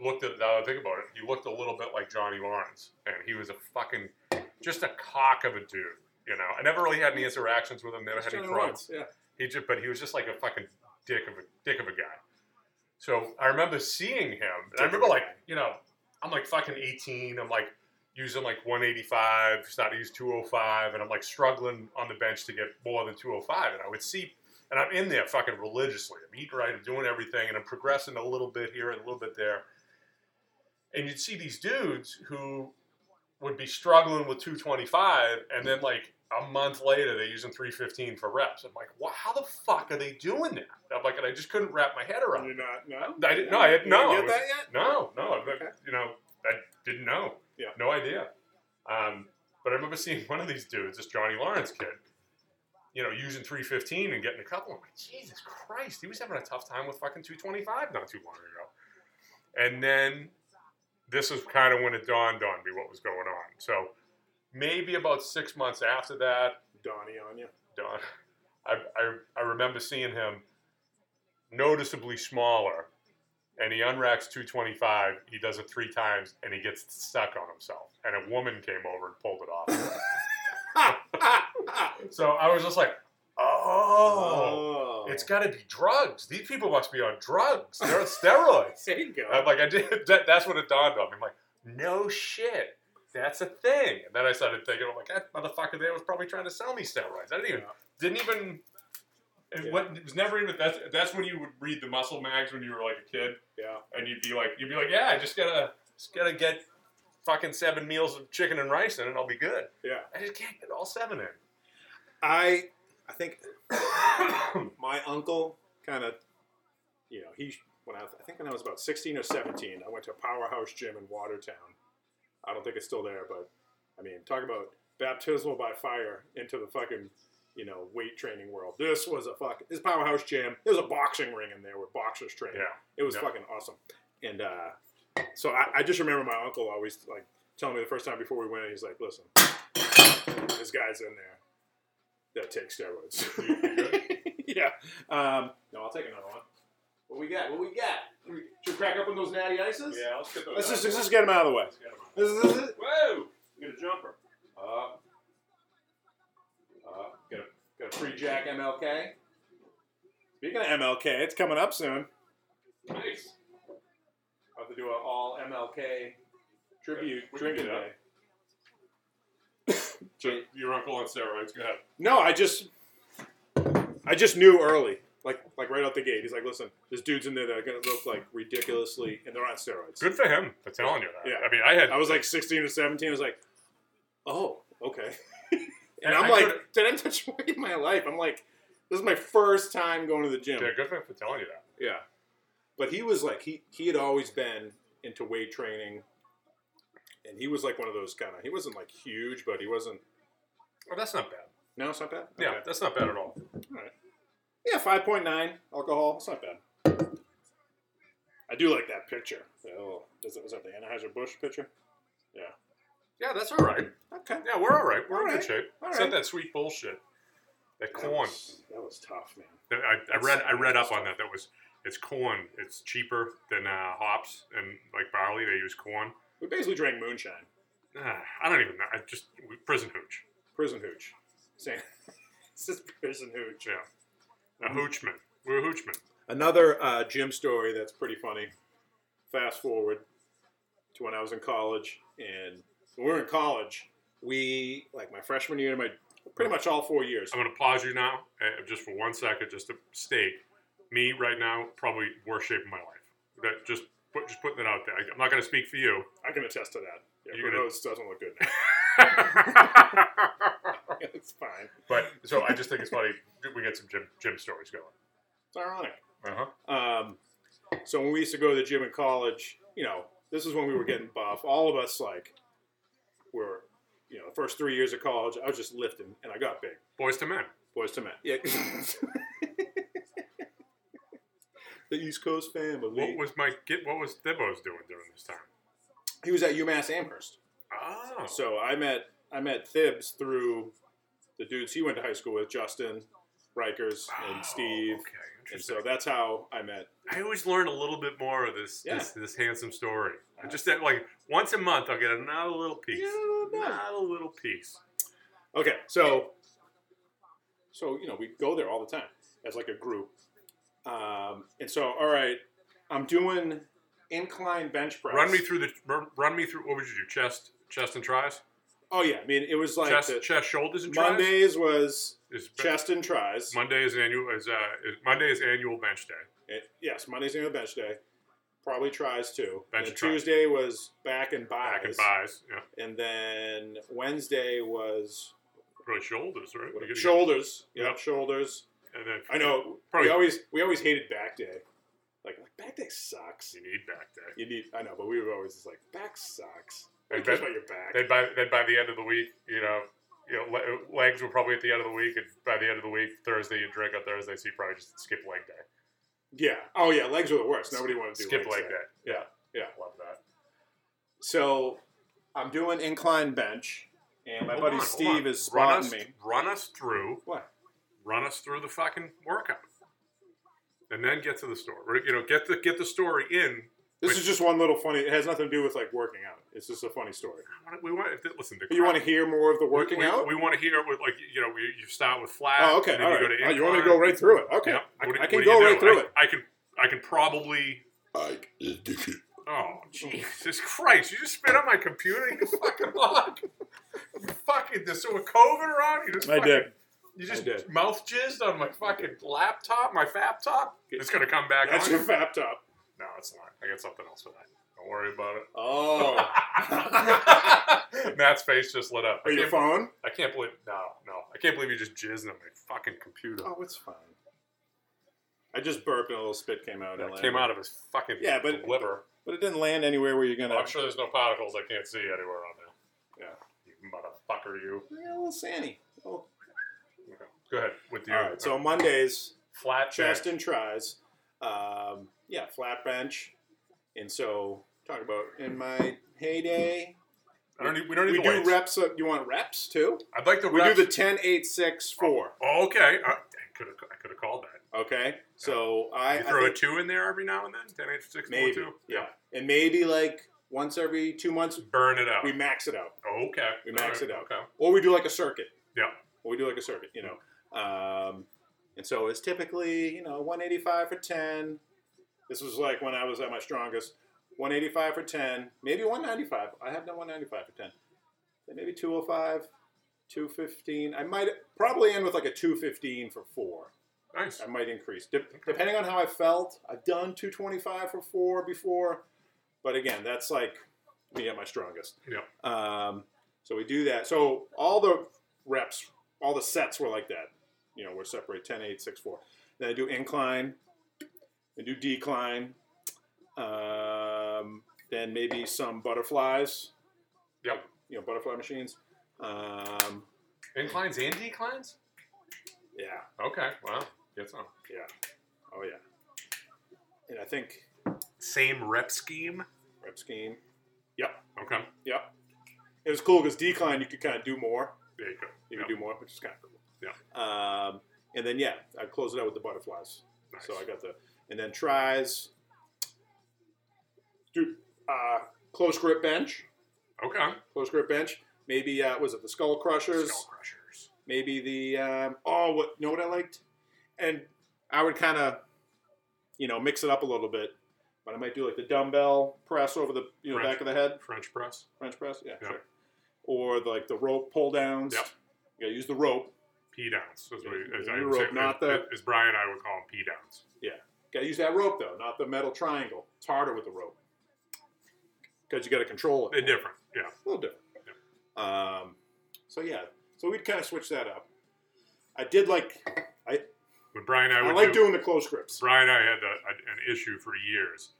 Speaker 4: looked at now that I think about it, he looked a little bit like Johnny Lawrence, and he was a fucking just a cock of a dude. You know, I never really had any interactions with him. Never had any
Speaker 5: Johnny
Speaker 4: fronts.
Speaker 5: Lawrence, Yeah.
Speaker 4: He just, but he was just like a fucking dick of a dick of a guy. So I remember seeing him, and I
Speaker 5: Dick of
Speaker 4: remember
Speaker 5: a
Speaker 4: like
Speaker 5: guy.
Speaker 4: you know, I'm like fucking 18. I'm like using like 185, starting to use 205, and I'm like struggling on the bench to get more than 205. And I would see, and I'm in there fucking religiously. I'm eating right, I'm doing everything, and I'm progressing a little bit here and a little bit there. And you'd see these dudes who would be struggling with 225, and then like a month later they're using 315 for reps. I'm like, wow, how the fuck are they doing that? I'm like, and I just couldn't wrap my head around.
Speaker 5: You're
Speaker 4: it.
Speaker 5: not. No.
Speaker 4: I didn't. No, I had
Speaker 5: You
Speaker 4: no. I
Speaker 5: didn't get
Speaker 4: was-
Speaker 5: that yet?
Speaker 4: No, no. but, You know, I didn't know.
Speaker 5: Yeah.
Speaker 4: No idea. Um, but I remember seeing one of these dudes, this Johnny Lawrence kid, you know, using 315 and getting a couple. I'm like, Jesus Christ, he was having a tough time with fucking 225 not too long ago. And then this is kind of when it dawned on me what was going on. So maybe about six months after that,
Speaker 5: Donnie on you.
Speaker 4: Don. I, I, I remember seeing him noticeably smaller, and he unracks 225. He does it three times, and he gets stuck on himself. And a woman came over and pulled it off. so I was just like, oh, it's got to be drugs. These people must be on drugs. They're on steroids.
Speaker 5: There you go.
Speaker 4: I'm like, I did. *laughs* That, that's when it dawned on me. I'm like, no shit. That's a thing. And then I started thinking, I'm like, that motherfucker there was probably trying to sell me steroids. I didn't even,
Speaker 5: Yeah.
Speaker 4: didn't even, it,
Speaker 5: Yeah.
Speaker 4: wa- it was never even, that's, that's when you would read the muscle mags when you were like a kid.
Speaker 5: Yeah.
Speaker 4: And you'd be like, you'd be like, yeah, I just gotta, just gotta get fucking seven meals of chicken and rice in and I'll be good.
Speaker 5: Yeah.
Speaker 4: I just can't get all seven
Speaker 5: I I think *coughs*
Speaker 4: in.
Speaker 5: my uncle kind of, you know, he when I, I think when I was about sixteen or seventeen, I went to a powerhouse gym in Watertown. I don't think it's still there, but I mean, talk about baptismal by fire into the fucking, you know, weight training world. This was a fuck. This powerhouse gym. There was a boxing ring in there where boxers trained.
Speaker 4: yeah.
Speaker 5: It was
Speaker 4: Yeah.
Speaker 5: fucking awesome. And uh, so I, I just remember my uncle always like telling me the first time before we went in, he's like, listen, there's guys in there that take steroids. *laughs* yeah. Um, no, I'll take another one. What we got? What we got? Should we crack open those natty ices?
Speaker 4: let's get
Speaker 5: Let's just, let's just get them out of the way. This is, this is,
Speaker 4: Whoa!
Speaker 5: get a jumper. Up. Up. Get a, get a free Jack MLK. Speaking of MLK, it's coming up soon.
Speaker 4: Nice.
Speaker 5: I'll have to do an all MLK tribute
Speaker 4: we can
Speaker 5: drinking
Speaker 4: do
Speaker 5: day.
Speaker 4: that. So your uncle on steroids, go ahead.
Speaker 5: No, I just, I just knew early, like like right out the gate. He's like, listen, there's dudes in there that are gonna look like ridiculously, and they're on steroids.
Speaker 4: Good for him for telling you that.
Speaker 5: Yeah.
Speaker 4: I mean, I had
Speaker 5: I was like 16 or 17. I was like, oh, okay. and
Speaker 4: And
Speaker 5: I'm
Speaker 4: I
Speaker 5: like,
Speaker 4: could've-
Speaker 5: did I touch *laughs* weight in my life? I'm like, this is my first time going to the gym.
Speaker 4: Yeah, good for him for telling you that.
Speaker 5: Yeah. But he was like he he had always been into weight training. And he was like one of those kind of he wasn't like huge, but he wasn't
Speaker 4: Well, Oh, that's not bad.
Speaker 5: no, it's not bad.
Speaker 4: Yeah,
Speaker 5: Okay.
Speaker 4: that's not bad at all.
Speaker 5: Yeah, five point nine alcohol. It's not bad. I do like that picture. Oh, is that, was that the Anheuser Busch picture?
Speaker 4: Yeah, that's all right.
Speaker 5: Okay.
Speaker 4: Yeah, we're all right. We're in
Speaker 5: All right.
Speaker 4: good shape.
Speaker 5: All
Speaker 4: Except
Speaker 5: right.
Speaker 4: that sweet bullshit, that
Speaker 5: That
Speaker 4: corn.
Speaker 5: was, that was tough, man.
Speaker 4: I, I read I read up on that. That was it's corn. It's cheaper than uh, hops and like barley. They use corn.
Speaker 5: We basically drank moonshine,
Speaker 4: Ah, I don't even know. I just prison hooch.
Speaker 5: prison hooch. Same. *laughs* it's just prison hooch.
Speaker 4: Yeah, a hoochman. We're a hoochman.
Speaker 5: Another uh, gym story that's pretty funny. Fast forward to when I was in college, and when we were in college, we like my freshman year, my pretty much all four years.
Speaker 4: I'm gonna pause you now, uh, just for one second, just to state me right now probably worst shape of my life. That just put, just putting it out there. I, am not gonna speak for you.
Speaker 5: I can attest to that. Yeah,
Speaker 4: You're
Speaker 5: who
Speaker 4: gonna-
Speaker 5: knows? Doesn't look good. Now. *laughs* it's fine.
Speaker 4: but so I just think it's funny. We get some gym gym stories going.
Speaker 5: It's ironic.
Speaker 4: Uh huh.
Speaker 5: Um, so when we used to go to the gym in college, you know, this is when we were getting buff. All of us like were, you know, the first three years of college, I was just lifting and I got big.
Speaker 4: Boys to men.
Speaker 5: Boys to men. Yeah. *laughs* the East Coast family.
Speaker 4: What was my get? What was Thibos doing during this time?
Speaker 5: he was at UMass Amherst.
Speaker 4: Oh,
Speaker 5: So I met I met Thibs through the dudes he went to high school with, Justin, Rikers,
Speaker 4: Oh,
Speaker 5: and Steve.
Speaker 4: Okay,
Speaker 5: And
Speaker 4: interesting.
Speaker 5: so that's how I met.
Speaker 4: I always learn a little bit more of this
Speaker 5: Yeah.
Speaker 4: this, this handsome story. I just that like once a month I'll get another little piece. Not a little piece.
Speaker 5: Okay, so so you know we go there all the time as like a group, um, and so all right, I'm doing incline bench press.
Speaker 4: Run me through the run, run me through. What would you do? Chest, chest and tries.
Speaker 5: Oh yeah, I mean it was like
Speaker 4: chest,
Speaker 5: the-
Speaker 4: chest, shoulders and tries.
Speaker 5: Mondays was
Speaker 4: is,
Speaker 5: chest and tries. Eh,
Speaker 4: Monday is annual is, uh, is Monday is annual bench day.
Speaker 5: It- yes, Monday's annual bench day. Probably tries to.
Speaker 4: Bet
Speaker 5: And
Speaker 4: you
Speaker 5: then
Speaker 4: tries.
Speaker 5: Tuesday was back and buys.
Speaker 4: Back and buys. Yeah.
Speaker 5: And then Wednesday was
Speaker 4: Probably shoulders, right?
Speaker 5: what-
Speaker 4: You get-
Speaker 5: shoulders.
Speaker 4: Yep.
Speaker 5: Yeah, shoulders.
Speaker 4: And then
Speaker 5: I know.
Speaker 4: Probably-
Speaker 5: We always we always hated back day. Like, like back day sucks.
Speaker 4: you need back day.
Speaker 5: You need. I know, but we were always just like back sucks. Who
Speaker 4: And
Speaker 5: cares
Speaker 4: then-
Speaker 5: about your back?
Speaker 4: Then by then by the end of the week, you know, you know, le- legs were probably at the end of the week, and by the end of the week, Thursday you drink on Thursday, so you probably just skip leg day.
Speaker 5: yeah. Oh yeah, legs were the worst. Nobody wanted to do
Speaker 4: skip
Speaker 5: legs
Speaker 4: leg
Speaker 5: that.
Speaker 4: day. Yeah,
Speaker 5: Yeah.
Speaker 4: love that.
Speaker 5: So I'm doing incline bench, and my buddy Steve is
Speaker 4: run
Speaker 5: spotting
Speaker 4: us,
Speaker 5: me.
Speaker 4: Run us through,
Speaker 5: What?
Speaker 4: run us through the fucking workout, and then get to the story. Or, You know, get the get the story in.
Speaker 5: This
Speaker 4: Wait.
Speaker 5: is just one little funny. It has nothing to do with like working out. It's just a funny story.
Speaker 4: We want if listen. The
Speaker 5: You want to
Speaker 4: crowd-
Speaker 5: hear more of the
Speaker 4: we-
Speaker 5: working
Speaker 4: we,
Speaker 5: out?
Speaker 4: We want to hear it with like you know we, you start with flat.
Speaker 5: oh, okay.
Speaker 4: and
Speaker 5: All
Speaker 4: then
Speaker 5: right.
Speaker 4: You, go to
Speaker 5: oh, you want me to
Speaker 4: incline.
Speaker 5: go right through it? Okay.
Speaker 4: Yeah.
Speaker 5: I,
Speaker 4: What do-
Speaker 5: I
Speaker 4: what do
Speaker 5: can
Speaker 4: you
Speaker 5: go
Speaker 4: do?
Speaker 5: right through
Speaker 4: I-
Speaker 5: it.
Speaker 4: I can I can probably. Oh Jesus Christ! You just spit on my computer. You fucking log. You fucking this. So with COVID around, you just
Speaker 5: I
Speaker 4: fucking,
Speaker 5: did.
Speaker 4: You just
Speaker 5: did.
Speaker 4: mouth jizzed on my fucking laptop, my fap top. It's gonna come back.
Speaker 5: That's
Speaker 4: on.
Speaker 5: your laptop.
Speaker 4: No, it's not. I got something else for that. Don't worry about
Speaker 5: Oh.
Speaker 4: it. *laughs* Matt's face just lit up. I
Speaker 5: Or your
Speaker 4: can't,
Speaker 5: phone?
Speaker 4: I can't believe no, no. I can't believe you just jizzed on my fucking computer.
Speaker 5: Oh, it's fine. I just burped and a little spit came out. and
Speaker 4: that
Speaker 5: landed.
Speaker 4: came out of his fucking
Speaker 5: Yeah, but-
Speaker 4: liver.
Speaker 5: But it didn't land anywhere where you're going to.
Speaker 4: I'm sure there's no particles I can't see anywhere on there.
Speaker 5: Yeah.
Speaker 4: You motherfucker, you.
Speaker 5: Yeah, a little sandy. Oh.
Speaker 4: Okay. Go ahead with your uh,
Speaker 5: All right. So Mondays,
Speaker 4: flat chest.
Speaker 5: Chaston tries. Um, yeah, flat bench. And so, talk about in my heyday.
Speaker 4: I don't need, we don't need
Speaker 5: We
Speaker 4: the
Speaker 5: do
Speaker 4: weights.
Speaker 5: reps. Of, you want reps too?
Speaker 4: I'd like the
Speaker 5: We do
Speaker 4: reps.
Speaker 5: the 10, 8, 6, 4.
Speaker 4: oh, okay. I could have I could have called that.
Speaker 5: Okay. So I,
Speaker 4: You
Speaker 5: I
Speaker 4: throw a
Speaker 5: think
Speaker 4: two in there every now and then. Ten, eight, six, four,
Speaker 5: maybe.
Speaker 4: two.
Speaker 5: Yeah. And maybe like once every two months,
Speaker 4: Burn it out.
Speaker 5: we max it out.
Speaker 4: okay.
Speaker 5: we max
Speaker 4: All
Speaker 5: it out.
Speaker 4: Okay.
Speaker 5: Or we do like a circuit.
Speaker 4: Yeah.
Speaker 5: Or we do like a circuit, you know. Um, and so it's typically, you know, 185 for 10. This was like when I was at my strongest. 185 for 10, maybe 195. I have done 195 for 10. Then maybe 205, 215. I might probably end with like a 215 for four.
Speaker 4: Nice.
Speaker 5: I might increase Dep depending on how I felt. I've done 225 for four before, but again, that's like me at my strongest.
Speaker 4: Yeah.
Speaker 5: Um, so we do that. So all the reps, all the sets were like that. You know, we're separate 10, 8, 6, 4. Then I do incline, I do decline, um, then maybe some butterflies,
Speaker 4: Yep.
Speaker 5: you know, butterfly machines. Um,
Speaker 4: Inclines and declines?
Speaker 5: yeah.
Speaker 4: Okay. Wow. Get some.
Speaker 5: Yeah. Oh, yeah. And I think
Speaker 4: Same rep scheme.
Speaker 5: rep scheme.
Speaker 4: Okay.
Speaker 5: Yep. It was cool because decline, you could kind of do more.
Speaker 4: There you go.
Speaker 5: You
Speaker 4: Yep.
Speaker 5: could do more, which is kind of cool.
Speaker 4: Yeah.
Speaker 5: Um, and then, yeah, I close it out with the butterflies.
Speaker 4: Nice.
Speaker 5: So I got the, and then tries, do, uh, close grip bench,
Speaker 4: okay.
Speaker 5: close grip bench. Maybe, uh, was it the skull crushers?
Speaker 4: Skull crushers.
Speaker 5: Maybe the, um, oh, what, you know what I liked? And I would kind of, you know, mix it up a little bit. But I might do like the dumbbell press over the you know,
Speaker 4: Crunch.
Speaker 5: back of the head.
Speaker 4: French press.
Speaker 5: French press, yeah,
Speaker 4: Yeah.
Speaker 5: sure. Or the, like the rope pull downs.
Speaker 4: Yep.
Speaker 5: You gotta use the rope.
Speaker 4: P downs. Is what
Speaker 5: Yeah,
Speaker 4: as
Speaker 5: you
Speaker 4: I would
Speaker 5: wrote
Speaker 4: say-
Speaker 5: not
Speaker 4: as,
Speaker 5: the-
Speaker 4: as Brian and I would call them P downs.
Speaker 5: gotta use that rope though, not the metal triangle. It's harder with the rope because you gotta control
Speaker 4: They're
Speaker 5: it.
Speaker 4: different. Yeah.
Speaker 5: A little different. Um, so yeah, so we'd kind of switch that up. I did like
Speaker 4: But Brian and I
Speaker 5: I,
Speaker 4: would
Speaker 5: like
Speaker 4: do,
Speaker 5: doing the close grips.
Speaker 4: Brian and I had a, a, an issue for years.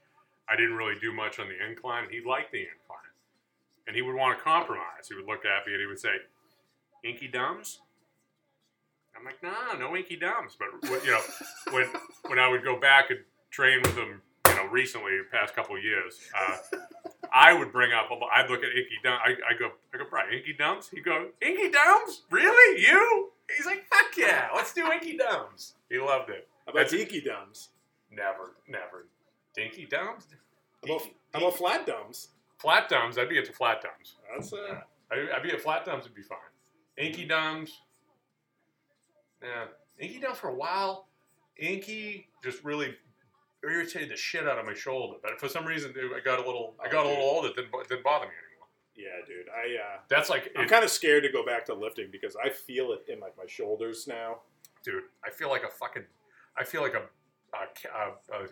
Speaker 4: I didn't really do much on the incline, and he liked the incline. And he would want to compromise. He would look at me and he would say, Inky Dums? I'm like, nah, no Inky Dums. But, what- you know, *laughs* when when I would go back and train with him, you know, recently, the past couple of years, uh, I would bring up, I'd look at Inky Dums. I, I go, I go, Brian, Inky Dums? He'd go, Inky Dums? Really? You? He's like, fuck yeah, let's do Inky Dums. He loved it.
Speaker 5: How about
Speaker 4: That's-
Speaker 5: tiki dums?
Speaker 4: Never, never. Dinky dums?
Speaker 5: How about, how about flat dums?
Speaker 4: Flat dums, I'd be into flat dums.
Speaker 5: That's uh,
Speaker 4: I- I'd be at flat dums, it'd be fine. Inky dums. Yeah. Inky dums for a while. Inky just really irritated the shit out of my shoulder. But for some reason, dude, I got a little, I
Speaker 5: Oh,
Speaker 4: got a
Speaker 5: dude.
Speaker 4: little old. It didn't, bo- it didn't bother me anymore.
Speaker 5: yeah, dude. I uh,
Speaker 4: That's like,
Speaker 5: I'm
Speaker 4: it-
Speaker 5: kind of scared to go back to lifting because I feel it in like my shoulders now.
Speaker 4: dude, I feel like a fucking, I feel like a, a, ca- a, a, a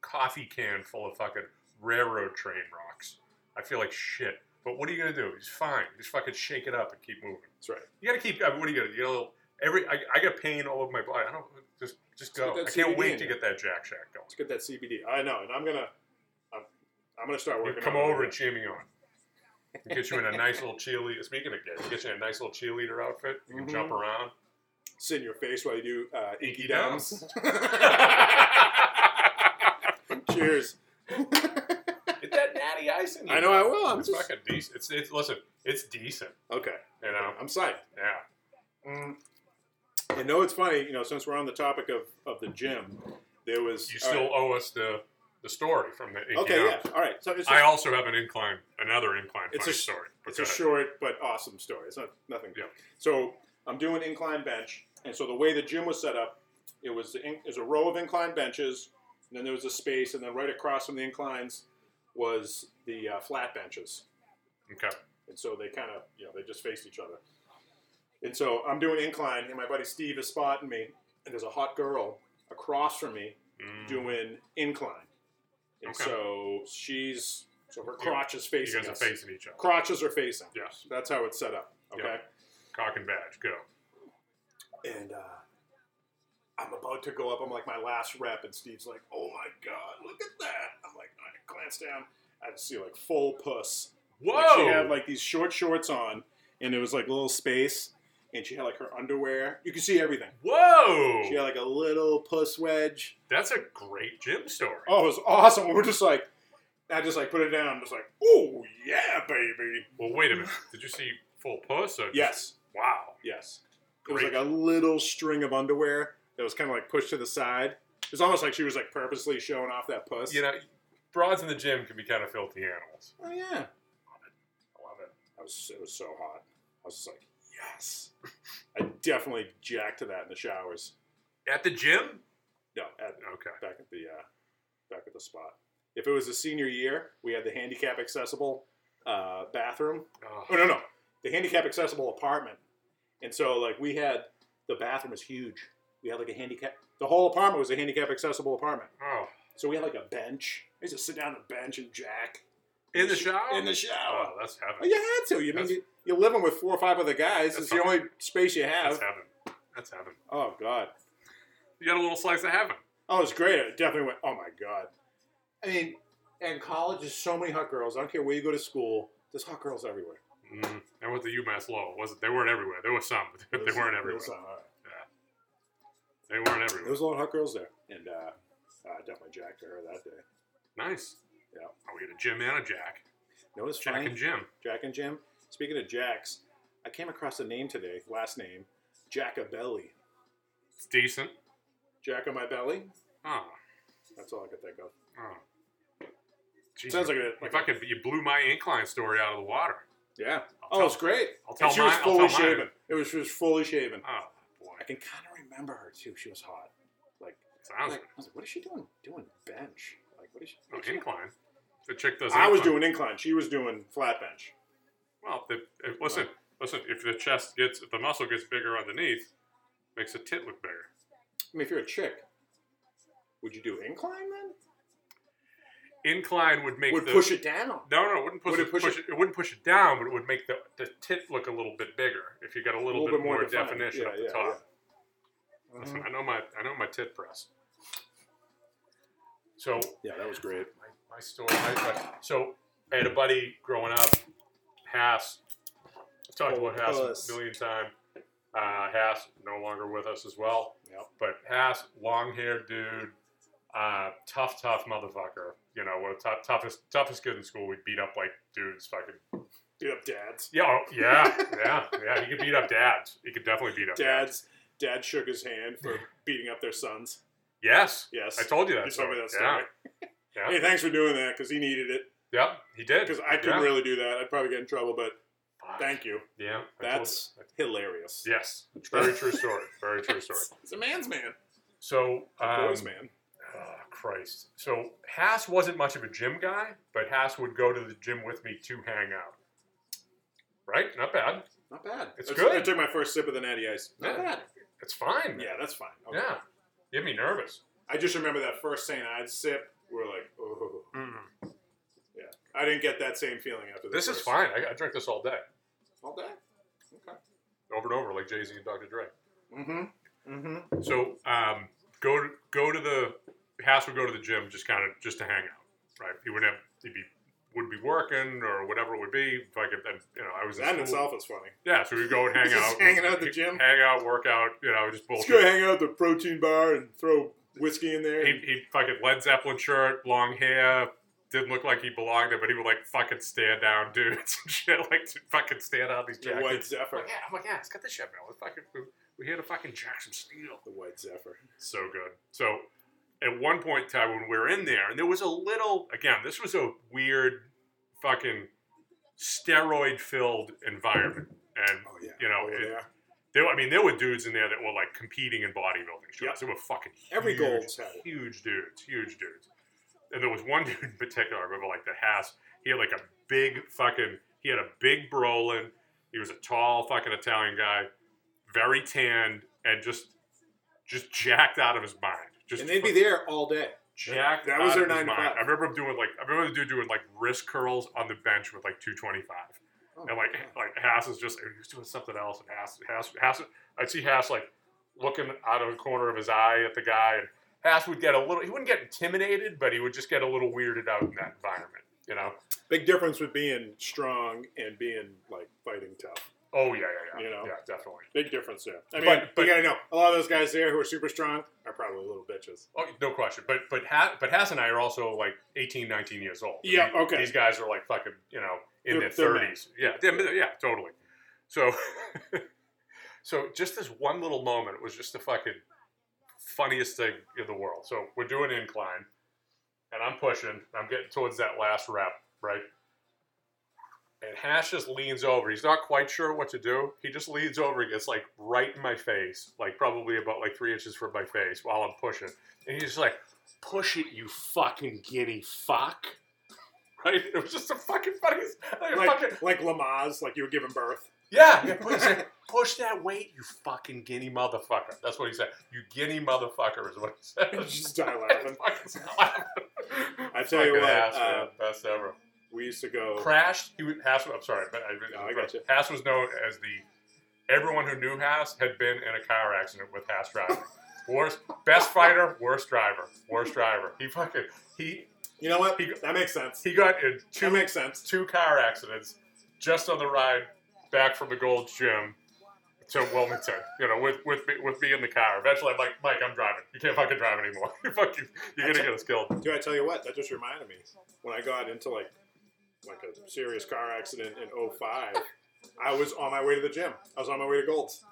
Speaker 4: coffee can full of fucking railroad train rocks. I feel like shit. But what are you gonna do? He's fine. Just fucking shake it up and keep moving.
Speaker 5: That's right.
Speaker 4: You gotta keep. I mean, what are you gonna? do? You know, every I, I got pain all over my body. I don't just just go.
Speaker 5: Get
Speaker 4: I
Speaker 5: that
Speaker 4: can't
Speaker 5: CBD
Speaker 4: wait
Speaker 5: in
Speaker 4: to
Speaker 5: there.
Speaker 4: get that Jack Shack going.
Speaker 5: Let's get that CBD. I know, and I'm gonna, I'm, I'm gonna start
Speaker 4: You
Speaker 5: working.
Speaker 4: come
Speaker 5: on it.
Speaker 4: over and cheer me on. We'll Get you in a nice little cheerleader. Speaking of get, get you in a nice little cheerleader outfit. You can
Speaker 5: Mhm.
Speaker 4: jump around.
Speaker 5: sit in your face while you do uh, inky
Speaker 4: Inky
Speaker 5: dums.
Speaker 4: *laughs* Get
Speaker 5: *laughs* Cheers.
Speaker 4: that natty ice in you.
Speaker 5: I know I will. I'm
Speaker 4: It's
Speaker 5: just
Speaker 4: fucking decent. It's, it's listen. It's decent.
Speaker 5: okay.
Speaker 4: You know.
Speaker 5: I'm psyched.
Speaker 4: Yeah.
Speaker 5: You know, it's funny. You know, since we're on the topic of, of the gym, there was
Speaker 4: You
Speaker 5: all
Speaker 4: still owe us the the story from the. Inky
Speaker 5: right. okay.
Speaker 4: Dome.
Speaker 5: Yeah. All right. So it's, just,
Speaker 4: I also have an incline, another incline
Speaker 5: It's
Speaker 4: funny
Speaker 5: a sh-
Speaker 4: story. but
Speaker 5: it's
Speaker 4: go
Speaker 5: a
Speaker 4: ahead.
Speaker 5: short but awesome story. It's not nothing.
Speaker 4: Yeah.
Speaker 5: So I'm doing incline bench, and so the way the gym was set up, it was the in, it was a row of incline benches, and then there was a space, and then right across from the inclines was the uh, flat benches.
Speaker 4: Okay.
Speaker 5: And so they kind of, you know, they just faced each other. And so I'm doing incline, and my buddy Steve is spotting me, and there's a hot girl across from me
Speaker 4: Mm.
Speaker 5: doing incline. And
Speaker 4: Okay.
Speaker 5: so she's, so her crotch is
Speaker 4: You
Speaker 5: facing
Speaker 4: guys are
Speaker 5: us.
Speaker 4: facing each other.
Speaker 5: Crotches are facing.
Speaker 4: Yes.
Speaker 5: That's how it's set up. Okay.
Speaker 4: Cock and badge. Go.
Speaker 5: And uh, I'm about to go up. I'm like my last rep, and Steve's like, "Oh my god, look at that!" I'm like, I glance down. I just see like full puss
Speaker 4: Whoa.
Speaker 5: Like, she had like these short shorts on, and it was like a little space, and she had like her underwear. You could see everything.
Speaker 4: Whoa.
Speaker 5: She had like a little puss wedge.
Speaker 4: That's a great gym story.
Speaker 5: Oh, it was awesome. We We're just like, I just like put it down. I'm just like, oh yeah, baby.
Speaker 4: Well, wait a minute. Did you see full puss? Or just-
Speaker 5: Yes,
Speaker 4: Wow.
Speaker 5: yes.
Speaker 4: Great.
Speaker 5: It was like a little string of underwear that was kind of like pushed to the side. It was almost like she was like purposely showing off that puss.
Speaker 4: You know, broads in the gym can be kind of filthy animals.
Speaker 5: Oh yeah. I love it. I was it was so hot. I was just like, yes. *laughs* I definitely jacked to that in the showers.
Speaker 4: At the gym?
Speaker 5: No, at,
Speaker 4: Okay.
Speaker 5: back at the uh, back at the spot. If it was a senior year, we had the handicap accessible uh, bathroom. Oh
Speaker 4: Oh,
Speaker 5: no, no, the handicap accessible apartment. And so like we had the bathroom was huge. We had like a handicap. The whole apartment was a handicap accessible apartment.
Speaker 4: Oh.
Speaker 5: So we had like a bench. I used to sit down on the bench and jack
Speaker 4: In the shower?
Speaker 5: In the shower.
Speaker 4: Oh, that's heaven.
Speaker 5: Well, you had to. You mean
Speaker 4: That's-
Speaker 5: you, you're living with four or five other guys.
Speaker 4: That's
Speaker 5: It's the only space you
Speaker 4: That's
Speaker 5: have.
Speaker 4: heaven. That's heaven.
Speaker 5: Oh god.
Speaker 4: You got a little slice of heaven.
Speaker 5: Oh, it's great. I definitely went. Oh my god. I mean, and college is so many hot girls. I don't care where you go to school. There's hot girls everywhere.
Speaker 4: Mm. I went to UMass Lowell. Wasn't they weren't everywhere. There were some, *laughs* but they
Speaker 5: There's-
Speaker 4: weren't
Speaker 5: there's
Speaker 4: everywhere.
Speaker 5: some, all right.
Speaker 4: They weren't
Speaker 5: There
Speaker 4: everywhere.
Speaker 5: was a lot of hot girls there, and uh, I definitely jacked to her that day.
Speaker 4: Nice.
Speaker 5: Yeah.
Speaker 4: Oh, we got a gym and a jack.
Speaker 5: No, it's
Speaker 4: Jack and Jim.
Speaker 5: Jack and Jim. Speaking of Jacks, I came across a name today. Last name, Jackabelli.
Speaker 4: It's decent.
Speaker 5: Jack on my belly.
Speaker 4: Oh.
Speaker 5: That's all I could think of.
Speaker 4: oh. Jeez,
Speaker 5: Sounds like
Speaker 4: you-
Speaker 5: a- like
Speaker 4: you fucking you blew my incline story out of the water.
Speaker 5: Yeah.
Speaker 4: I'll
Speaker 5: Oh,
Speaker 4: tell-
Speaker 5: it's great.
Speaker 4: I'll
Speaker 5: And
Speaker 4: tell
Speaker 5: she was
Speaker 4: mine- I'll
Speaker 5: fully
Speaker 4: tell mine.
Speaker 5: shaven. It was she was fully shaven.
Speaker 4: Oh boy,
Speaker 5: I can kind of remember her too. She was hot. Like I
Speaker 4: sounds like
Speaker 5: was like, I was like, what is she doing? Doing bench? Like what is she?
Speaker 4: oh,
Speaker 5: what is she-
Speaker 4: incline. The chick does.
Speaker 5: I was
Speaker 4: incline.
Speaker 5: doing incline. She was doing flat bench.
Speaker 4: well. The, if, listen, listen. If the chest gets, if the muscle gets bigger underneath, makes the tit look bigger.
Speaker 5: I mean, if you're a chick, would you do incline then?
Speaker 4: Incline would make
Speaker 5: Would
Speaker 4: the
Speaker 5: push it down.
Speaker 4: No, no, it wouldn't push,
Speaker 5: Would
Speaker 4: it,
Speaker 5: it push
Speaker 4: push it, it wouldn't push it down, but it would make the, the tit look a little bit bigger if you got a little, bit, more,
Speaker 5: defined.
Speaker 4: definition
Speaker 5: Yeah,
Speaker 4: up the
Speaker 5: yeah, Mm-hmm.
Speaker 4: top.
Speaker 5: yeah.
Speaker 4: Listen, I know my I know my tit press. So
Speaker 5: Yeah, that was great.
Speaker 4: my, my story, my, my- so I had a buddy growing up, Haas. I've talked
Speaker 5: Oh,
Speaker 4: about Haas
Speaker 5: Haas.
Speaker 4: a million times. Uh, Haas no longer with us as well,
Speaker 5: Yep.
Speaker 4: but Haas, long-haired dude, uh, tough, tough motherfucker. You know, one of the tou- toughest, toughest kid in school. We'd beat up like dudes, fucking
Speaker 5: Beat up dads.
Speaker 4: Yeah, oh, yeah, yeah, yeah. He could beat up dads. He could definitely beat up dads.
Speaker 5: Dads. Dad shook his hand
Speaker 4: *laughs*
Speaker 5: for beating up their sons.
Speaker 4: Yes,
Speaker 5: Yes.
Speaker 4: I told you that.
Speaker 5: you told me
Speaker 4: story.
Speaker 5: that story.
Speaker 4: Yeah,
Speaker 5: Hey,
Speaker 4: yeah.
Speaker 5: thanks for doing that because he needed it.
Speaker 4: Yep, he did.
Speaker 5: Because I couldn't
Speaker 4: yeah.
Speaker 5: really do that. I'd probably get in trouble, but
Speaker 4: Fuck.
Speaker 5: thank you.
Speaker 4: Yeah, I told
Speaker 5: That's
Speaker 4: you.
Speaker 5: hilarious.
Speaker 4: yes, very true story. Very true story.
Speaker 5: It's a man's man.
Speaker 4: So,
Speaker 5: A
Speaker 4: um,
Speaker 5: boy's man.
Speaker 4: oh, Christ. So Haas wasn't much of a gym guy, but Haas would go to the gym with me to hang out. Right? Not bad.
Speaker 5: Not bad.
Speaker 4: It's
Speaker 5: That's- I
Speaker 4: good.
Speaker 5: took my first sip of the natty ice. Not
Speaker 4: Yeah.
Speaker 5: bad.
Speaker 4: It's fine. man.
Speaker 5: Yeah, that's fine. Okay.
Speaker 4: Yeah. Get me nervous.
Speaker 5: I just remember that first St. Ives sip, were like, oh,
Speaker 4: Mm.
Speaker 5: yeah. I didn't get that same feeling after the
Speaker 4: This is
Speaker 5: first-
Speaker 4: fine. I, I drink this all day,
Speaker 5: All day. Okay.
Speaker 4: over and over, like Jay Z and Dr. Dre.
Speaker 5: Mm-hmm. Mm-hmm.
Speaker 4: So um, go to, go to the Hass would go to the gym just kind of just to hang out, right? He would have he'd be would be working or whatever it would be. If I could, then you know, I was in
Speaker 5: That in
Speaker 4: school.
Speaker 5: itself is funny.
Speaker 4: Yeah, so we'd go and hang
Speaker 5: *laughs* Just
Speaker 4: out,
Speaker 5: hanging out at the gym?
Speaker 4: hang out, work out, you know, just
Speaker 5: Let's go
Speaker 4: bullshit.
Speaker 5: hang out at the protein bar and throw whiskey in there.
Speaker 4: He he fucking Led Zeppelin shirt, long hair. Didn't look like he belonged there, but he would like fucking stare down *laughs* dudes and shit, like to fucking stand out these
Speaker 5: the white
Speaker 4: jackets. I'm
Speaker 5: zephyr.
Speaker 4: like, yeah, I'm like, yeah, let's get this shit, man. Let's fucking, we're here to fucking jack some steel.
Speaker 5: The white zephyr.
Speaker 4: So good. So at one point in time when we were in there, and there was a little again, this was a weird fucking steroid filled environment. And
Speaker 5: Oh yeah.
Speaker 4: you know,
Speaker 5: Oh,
Speaker 4: it-
Speaker 5: yeah.
Speaker 4: there I mean there were dudes in there that were like competing in bodybuilding shows.
Speaker 5: Yep.
Speaker 4: They were fucking huge,
Speaker 5: Every Gold's had it.
Speaker 4: huge dudes, huge dudes. And there was one *laughs* dude in particular, I remember like the Hass, he had like a big fucking he had a big Brolin. He was a tall fucking Italian guy, very tanned and just just jacked out of his mind. Just
Speaker 5: And they'd be
Speaker 4: fucking-
Speaker 5: there all day.
Speaker 4: Jack,
Speaker 5: That was
Speaker 4: out
Speaker 5: their
Speaker 4: of his
Speaker 5: nine to
Speaker 4: mind.
Speaker 5: five.
Speaker 4: I remember him doing like I remember the dude doing like wrist curls on the bench with like two twenty five,
Speaker 5: Oh,
Speaker 4: and like
Speaker 5: God.
Speaker 4: like Hass is just he was doing something else, and Hass Hass Hass I'd see Hass like looking out of the corner of his eye at the guy, and Hass would get a little he wouldn't get intimidated, but he would just get a little weirded out in that environment, you know?
Speaker 5: Big difference with being strong and being like fighting tough.
Speaker 4: Oh yeah yeah yeah
Speaker 5: You know?
Speaker 4: yeah definitely.
Speaker 5: Big difference there. I mean,
Speaker 4: But- but-
Speaker 5: you gotta know a lot of those guys there who are super strong are probably little bitches.
Speaker 4: Oh, no question. But but ha- but Hass and I are also like 18, 19 years old.
Speaker 5: Yeah,
Speaker 4: These-
Speaker 5: okay.
Speaker 4: These guys are like fucking, you know, in
Speaker 5: They're-
Speaker 4: their
Speaker 5: they're men.
Speaker 4: 30s. Yeah, they're- yeah, totally. So *laughs* so just this one little moment was just the fucking funniest thing in the world. So we're doing incline, and I'm pushing. I'm getting towards that last rep, right? And Hash just leans over. He's not quite sure what to do. He just leans over and gets like right in my face, like probably about like three inches from my face while I'm pushing. And he's just like, push it, you fucking giddy fuck. *laughs* Right? It was just the fucking funniest. Like, a fucking,
Speaker 5: Like, like Lamaze, like you were giving birth. *laughs*
Speaker 4: yeah, yeah please say, push that weight, you fucking guinea motherfucker. That's what he said. You guinea motherfucker is what he said.
Speaker 5: *laughs*
Speaker 4: *laughs*
Speaker 5: Just die laughing.
Speaker 4: I
Speaker 5: I tell you what,
Speaker 4: ass,
Speaker 5: uh,
Speaker 4: man. best ever.
Speaker 5: We used to go.
Speaker 4: Crashed. He was Hass. I'm sorry, but Oh. I,
Speaker 5: No, I gotcha.
Speaker 4: Hass was known as the everyone who knew Hass had been in a car accident with Hass *laughs* driving. worst, best fighter, worst driver, worst driver. He fucking he
Speaker 5: You know what?
Speaker 4: He-
Speaker 5: That makes sense.
Speaker 4: he got in two
Speaker 5: That makes sense.
Speaker 4: two car accidents just on the ride back from the Gold's Gym to Wilmington. You know, with with me, with me in the car. Eventually, I'm like, Mike, I'm driving. You can't fucking drive anymore. *laughs* You fucking, you're gonna get us killed.
Speaker 5: Do I tell you what? That just reminded me when I got into like like a serious car accident in 05, I was on my way to the gym. I was on my way to Gold's.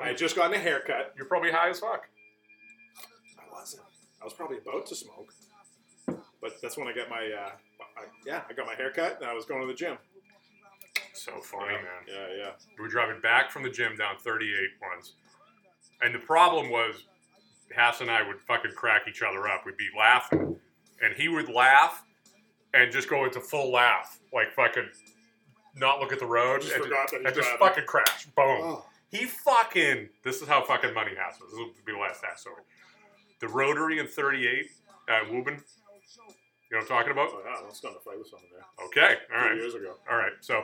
Speaker 5: I had just gotten a haircut.
Speaker 4: You're probably high as fuck.
Speaker 5: I wasn't. I was probably about to smoke, but that's when I got my uh, I, yeah, I got my haircut and I was going to the gym.
Speaker 4: So funny, man.
Speaker 5: Yeah, yeah.
Speaker 4: We were driving back from the gym down 38 once. And the problem was, Hass and I would fucking crack each other up. We'd be laughing. And he would laugh and just go into full laugh, like fucking not look at the road
Speaker 5: Just
Speaker 4: and,
Speaker 5: forgot that
Speaker 4: and
Speaker 5: he's
Speaker 4: just
Speaker 5: driving.
Speaker 4: fucking crash. Boom.
Speaker 5: Oh.
Speaker 4: He fucking. This is how fucking money Hass was. This will be the last Hass story. The Rotary in 38, uh, Woburn. You know what I'm talking about?
Speaker 5: So, yeah, I was going to fight with someone there
Speaker 4: Okay. All
Speaker 5: Oh, two
Speaker 4: right.
Speaker 5: years ago.
Speaker 4: All right, so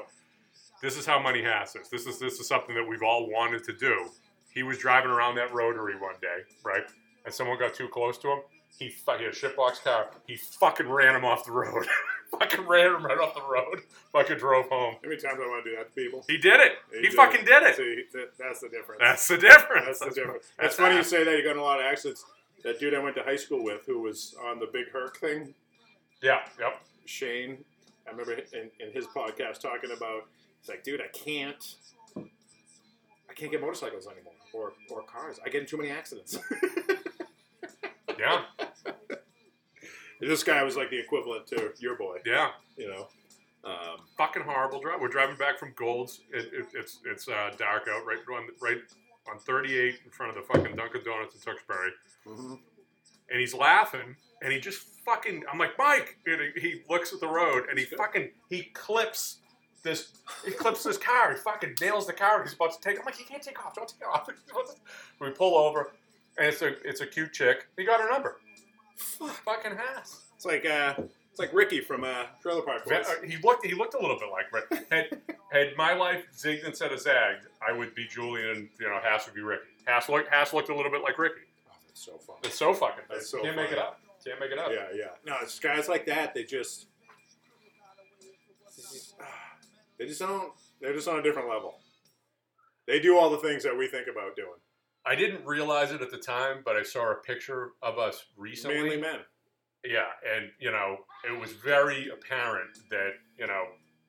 Speaker 4: this is how money has us. This is this is something that we've all wanted to do. He was driving around that rotary one day, right? And someone got too close to him. He fucking a shitbox car. He fucking ran him off the road. *laughs* fucking ran him right off the road. *laughs* Fucking drove home.
Speaker 5: How many times I want to do that to people?
Speaker 4: He did it. He,
Speaker 5: did
Speaker 4: fucking did it.
Speaker 5: See, that, that's the difference.
Speaker 4: That's the difference.
Speaker 5: That's the difference.
Speaker 4: that's
Speaker 5: That's funny you
Speaker 4: ass.
Speaker 5: say that. You got in a lot of accidents. That dude I went to high school with, who was on the Big Herc thing,
Speaker 4: Yeah. Yep.
Speaker 5: Shane. I remember in, in his podcast talking about. It's like, dude, I can't. I can't get motorcycles anymore, or or cars. I get in too many accidents. *laughs*
Speaker 4: Yeah.
Speaker 5: this guy was like the equivalent to your boy,
Speaker 4: Yeah.
Speaker 5: you know. Um,
Speaker 4: fucking horrible drive. We're driving back from Gold's. It, it, it's it's uh, dark out, right on right on 38 in front of the fucking Dunkin' Donuts in Tewksbury.
Speaker 5: Mhm.
Speaker 4: And he's laughing, and he just fucking. I'm like Mike. And he, he looks at the road, and he fucking he clips this. He clips this car. He fucking nails the car. He's about to take. I'm like, you can't take off. Don't take off. *laughs* we pull over, and it's a it's a cute chick. He got her number. Fucking ass.
Speaker 5: It's like uh, it's like Ricky from uh, Trailer Park Boys.
Speaker 4: Uh, He looked. He looked a little bit like Rick. Had, had my life zigged instead of zagged, I would be Julian, and you know, Hass would be Ricky. Hass looked. Hass looked a little bit like Ricky.
Speaker 5: Oh, that's so fun.
Speaker 4: It's so fucking.
Speaker 5: That's so
Speaker 4: Can't make it
Speaker 5: funny.
Speaker 4: up. Can't make it up.
Speaker 5: Yeah, yeah. No, it's guys like that. They just they just don't. They're just on a different level. They do all the things that we think about doing.
Speaker 4: I didn't realize it at the time, but I saw a picture of us recently.
Speaker 5: Mainly men.
Speaker 4: Yeah, and you know, it was very apparent that you know